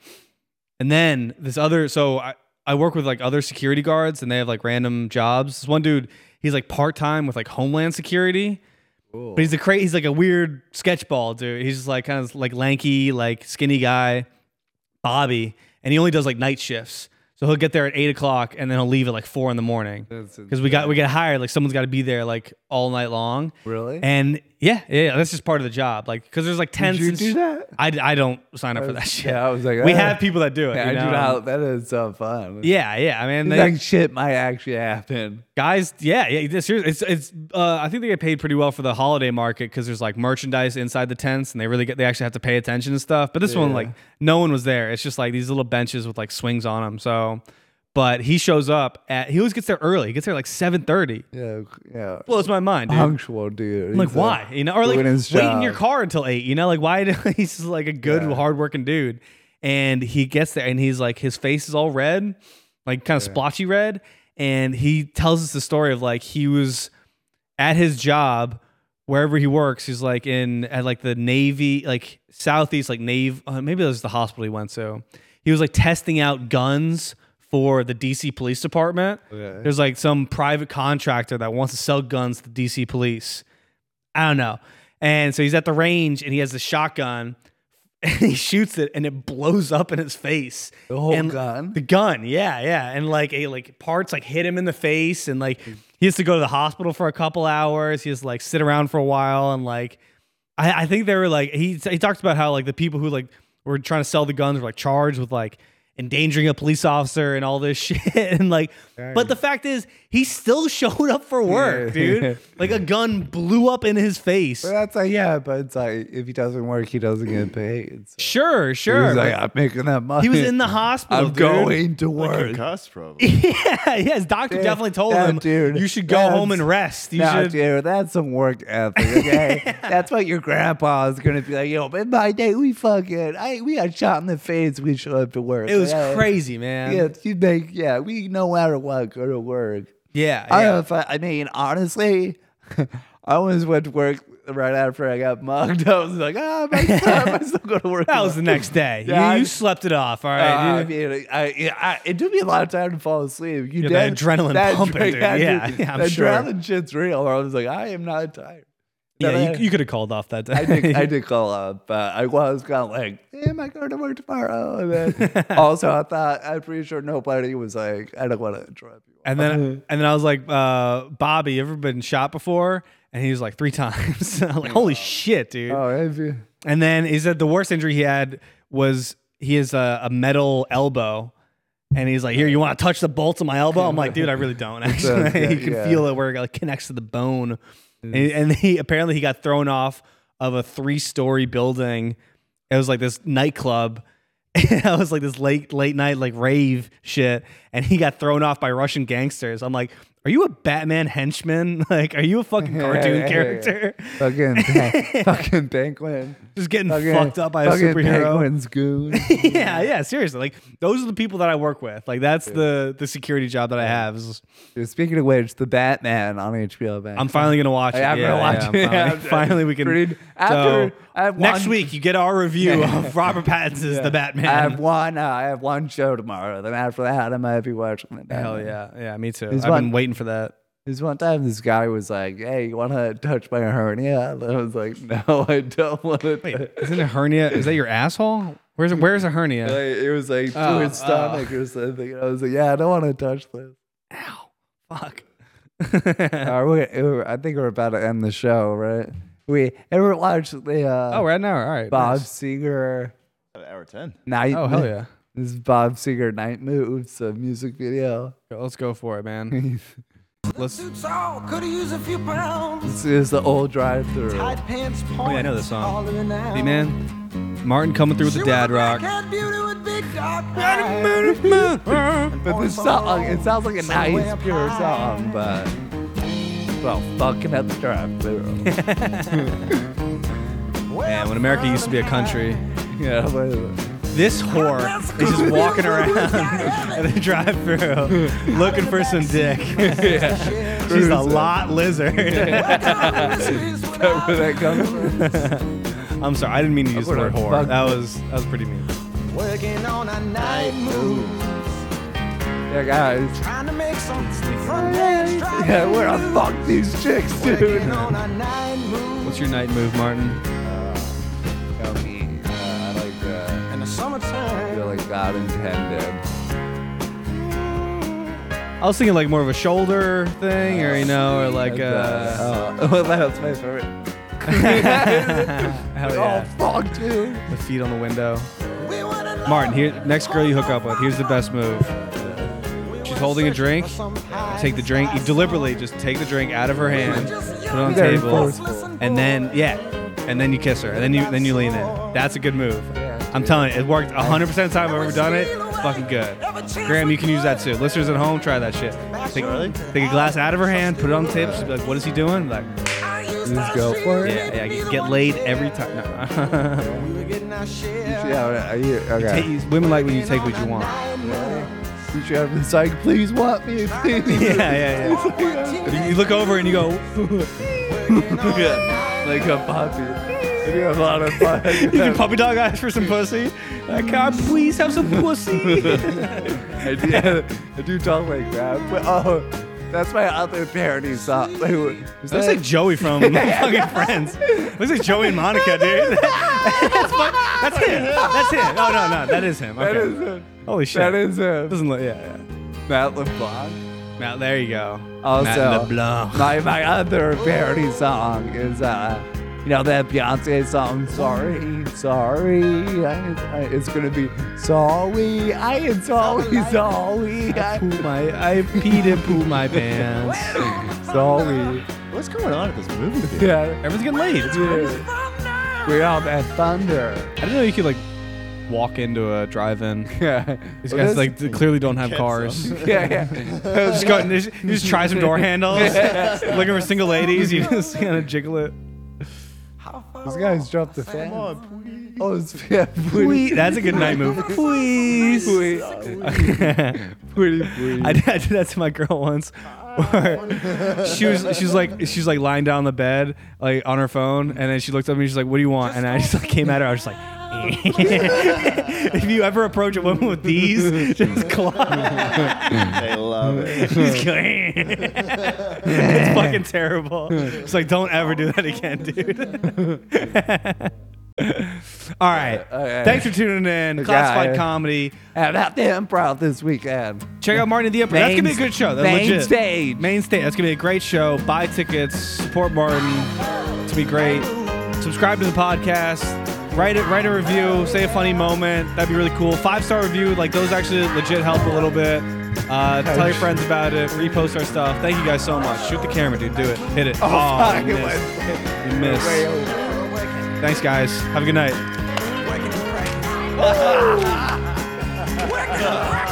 S1: And then this other, so I, I work with like other security guards and they have like random jobs. This one dude, he's like part time with like Homeland Security. But he's a cra- he's like a weird sketchball dude. He's just like kind of like lanky, like skinny guy, Bobby, and he only does like night shifts. So he'll get there at eight o'clock and then he'll leave at like four in the morning. Because we got we got hired, like someone's got to be there like all night long.
S2: Really?
S1: And yeah, yeah, yeah, that's just part of the job. Like because there's like tents.
S2: you
S1: and
S2: do
S1: sh-
S2: that?
S1: I, I don't sign up for that shit.
S2: yeah, I was like,
S1: we
S2: ah.
S1: have people that do it.
S2: Yeah, I
S1: you know? um,
S2: do not. That is so fun.
S1: Yeah, yeah. I mean,
S2: It's
S1: they,
S2: like shit might actually happen.
S1: guys, yeah, yeah. This year, it's it's. Uh, I think they get paid pretty well for the holiday market because there's like merchandise inside the tents, and they really get they actually have to pay attention and stuff. But this one,
S2: Yeah.
S1: like, no one was there. It's just like these little benches with like swings on them. So, but he shows up at. He always gets there early. He gets there like seven thirty.
S2: Yeah, yeah.
S1: Blows my mind, dude.
S2: Punctual dude.
S1: I'm like,
S2: He's, uh,
S1: why? You know, or like
S2: doing
S1: wait
S2: his
S1: in
S2: job.
S1: your car until eight. You know, like why? do- he's just like a good, hardworking dude, and he gets there and he's like, his face is all red, like kind of splotchy red, and he tells us the story of like he was at his job wherever he works. He's like in at like the Navy, like Southeast, like Navy. Uh, maybe that was the hospital he went to. He was like testing out guns for the DC Police Department.
S2: Okay.
S1: There's like some private contractor that wants to sell guns to DC Police. I don't know. And so he's at the range and he has the shotgun and he shoots it and it blows up in his face.
S2: The whole
S1: And-
S2: Oh, gun?
S1: The gun, yeah, yeah. And like a like parts like hit him in the face and like he has to go to the hospital for a couple hours. He has to like sit around for a while and like I, I think they were like he he talked about how like the people who like were trying to sell the guns were like charged with like endangering a police officer and all this shit and like but the fact is he still showed up for work
S2: Yeah.
S1: dude like a gun blew up in his face
S2: But that's like, yeah, but it's like if he doesn't work, he doesn't get paid. So
S1: Sure, sure.
S2: He's like,
S1: but
S2: I'm making that money.
S1: he was in the hospital.
S2: I'm
S1: dude.
S2: going to
S3: Like
S2: work.
S3: concussed, probably.
S1: yeah, yeah. His doctor
S2: Dude,
S1: definitely told
S2: that
S1: him,
S2: dude,
S1: you should go
S2: that's-
S1: home and rest. You
S2: no,
S1: should.
S2: dude, that's some work ethic. Okay, that's what your grandpa is gonna be like. Yo, in my day, we fucking, I we got shot in the face. We show up to work.
S1: It was
S2: Yeah.
S1: crazy, man.
S2: Yeah,
S1: Yeah,
S2: you make yeah. We no matter what go to work.
S1: yeah.
S2: I don't know if I, I mean honestly, I always went to work right after I got mugged, I was like, ah, am I still, am I still going to work?
S1: That was the next day. You- you slept it off, all right,
S2: Uh, I
S1: dude.
S2: mean, I, yeah, I, it took me a lot of time to fall asleep. You
S1: Yeah,
S2: did
S1: that adrenaline pumping, dude. Yeah, yeah, I'm
S2: that
S1: sure.
S2: adrenaline shit's real. I was like, I am not tired.
S1: Yeah,
S2: Then
S1: you, you could have called off that day.
S2: I, I did. I did call up, but I was kind of like, am I going to work tomorrow? And then also, I thought I'm pretty sure nobody was like, I don't want to interrupt you.
S1: And
S2: Mm-hmm.
S1: then and then I was like, uh, Bobby, you ever been shot before? And he was like three times. I'm like, holy shit, dude.
S2: Oh, have you?
S1: And then he said the worst injury he had was he has a, a metal elbow. And he's like, here, you want to touch the bolts of my elbow? I'm like, dude, I really don't.
S2: It
S1: Actually,
S2: does, yeah,
S1: you can
S2: yeah. Mm.
S1: feel it where it like, connects to the bone. And, and he apparently he got thrown off of a three story building. It was like this nightclub. And I was like this late late night like rave shit, and he got thrown off by Russian gangsters. I'm like, are you a Batman henchman? Like, are you a fucking cartoon character?
S2: Fucking, Pen- fucking penguin.
S1: Just getting fucked up by a
S2: fucking
S1: superhero.
S2: Penguin's goon.
S1: yeah, yeah, seriously. Like those are the people that I work with. Like that's the the security job that I have. is-
S2: Dude, Speaking of which, the Batman on HBO Max.
S1: I'm finally gonna watch it.
S2: I'm
S1: Yeah,
S2: gonna
S1: yeah,
S2: watch
S1: I'm
S2: it. Yeah,
S1: finally, finally we can.
S2: Pretty-
S1: so,
S2: after I've
S1: next
S2: won-
S1: week, you get our review of Robert Pattinson's
S2: Yeah.
S1: The Batman.
S2: I have one. Uh, I have one show tomorrow. Then after that, I might be watching the Batman.
S1: Hell yeah, yeah, me too.
S2: There's
S1: I've
S2: one-
S1: been waiting for that.
S2: There's one time this guy was like, "Hey, you want to touch my hernia?" And I was like, "No, I don't want to." Wait,
S1: Isn't a hernia? Is that your asshole? Where's where's a hernia?
S2: it was like to
S1: Oh,
S2: his stomach or something. And I was like, "Yeah, I don't want to touch this."
S1: Fuck.
S2: All right, we're- I think we're about to end the show, right? We ever watched the? Uh,
S1: Oh, we're at an hour. All right.
S2: Bob
S1: nice.
S2: Seger
S3: Hour 10.
S2: night.
S1: Oh, hell yeah.
S2: This is Bob Seger night moves a music video.
S1: Let's go for it, man. Let's. Oh,
S12: Could have used a few pounds.
S2: This is the old drive-through.
S12: Tight pants,
S1: yeah, I know this
S12: all
S1: song.
S12: in and out.
S1: Hey, man. Martin coming through with the dad rock.
S12: Cat beauty with big dark
S2: But this song, it sounds like a nice, pure song, but well, fucking at the drive through.
S1: Man, when America used to be a country.
S2: yeah, but-
S1: This whore is just walking around at the drive through looking for some dick. She's a lot lizard.
S2: where that comes
S1: from? I'm sorry, I didn't mean to use the word whore. That was that was pretty mean.
S12: Working on a night move.
S2: yeah, guys.
S12: Trying to make some front page drive.
S2: Yeah, where I fuck these chicks, dude.
S12: Working on a night move.
S1: What's your night move, Martin?
S8: Uh,
S2: I like that.
S12: In the summertime.
S2: Feel like God intended.
S1: I was thinking like more of a shoulder thing, or you know, or like uh,
S2: oh, well, that's my favorite.
S1: hell
S2: Oh,
S1: yeah,
S2: fuck, dude.
S1: the feet on the window. Martin, here, next girl you hook up with, here's the best move. She's holding a drink. Take the drink. You deliberately just take the drink out of her hand, put it on the
S2: Very
S1: table,
S2: forceful.
S1: and then yeah, and then you kiss her, and then you then you lean in. That's a good move. I'm telling you, it worked 100% of the time I've ever done it. It's fucking good. Graham, you can use that too. Listeners at home, try that shit. Take, take a glass out of her hand, put it on the table. She'll be like, "What is he doing?" Like,
S2: Just go for it.
S1: yeah, yeah, you get laid every time. No.
S2: Yeah, you, okay.
S1: Take- women like when you take what you want.
S2: You should have this like, please want me, please.
S1: Yeah, yeah, yeah. You look over and you go,
S2: yeah, like a puppy. You have a lot of fun.
S1: you can puppy dog eyes for some pussy. Like, can I please have some pussy?
S2: I do, I do talk like that. But, oh, that's my other parody song. Wait, what- is
S1: Looks
S2: that-
S1: like Joey from fucking Friends. Looks like Joey and Monica, dude. that's, fuck, that's him. That's him. No, no, no. That is him.
S2: That
S1: Okay.
S2: is him.
S1: Holy shit.
S2: That is him.
S1: Doesn't look. Yeah, yeah.
S2: Matt LeBlanc.
S1: Now there you go. Matt
S2: Also,
S1: LeBlanc.
S2: my, my other parody song is, uh, you know, that Beyonce song, Sorry, Sorry. I, I, it's going to be Sorry, I am sorry, sorry. I,
S1: Poo my, I peed and poo my pants.
S2: sorry.
S3: What's going on at this movie theater?
S2: Yeah.
S1: Everyone's getting laid. It's crazy.
S2: yeah. We are that thunder.
S1: I didn't know you could like walk into a drive-in.
S2: Yeah.
S1: These
S2: Well,
S1: guys
S2: this-
S1: like th- clearly don't have
S2: Get
S1: cars.
S2: some. Yeah, yeah.
S1: just go. Just, you just try some door handles. Looking for single ladies. You just kind of jiggle it.
S2: These guys dropped the fan. Oh, it's yeah,
S1: Wee. That's a good night move. Please.
S2: Please.
S1: I, did, I did that to my girl once where she was she's like she's like lying down on the bed like on her phone, and then she looked at me. She's like, "What do you want?" And I just like came at her. I was just like. if you ever approach a woman with these, just claw.
S3: they love it.
S1: Just go, it's fucking terrible. It's like, don't ever do that again, dude. All right.
S2: Okay.
S1: Thanks for tuning in.
S2: Okay.
S1: Classified comedy.
S2: And at the improv this weekend.
S1: Check out Martin and the Emperor. That's gonna be a good show. That's
S2: main
S1: legit.
S2: stage.
S1: Main stage. That's gonna be a great show. Buy tickets. Support Martin. It's gonna be great. Subscribe to the podcast. Write it. Write a review. Say a funny moment. That'd be really cool. Five star review. Like those actually legit help a little bit. Uh, tell your friends about it. Repost our stuff. Thank you guys so much. Shoot the camera, dude. Do it. Hit it.
S2: Oh,
S1: Aw,
S2: fuck,
S1: you
S2: it
S1: missed. You missed. Thanks, guys. Have a good night.
S12: Working the crack.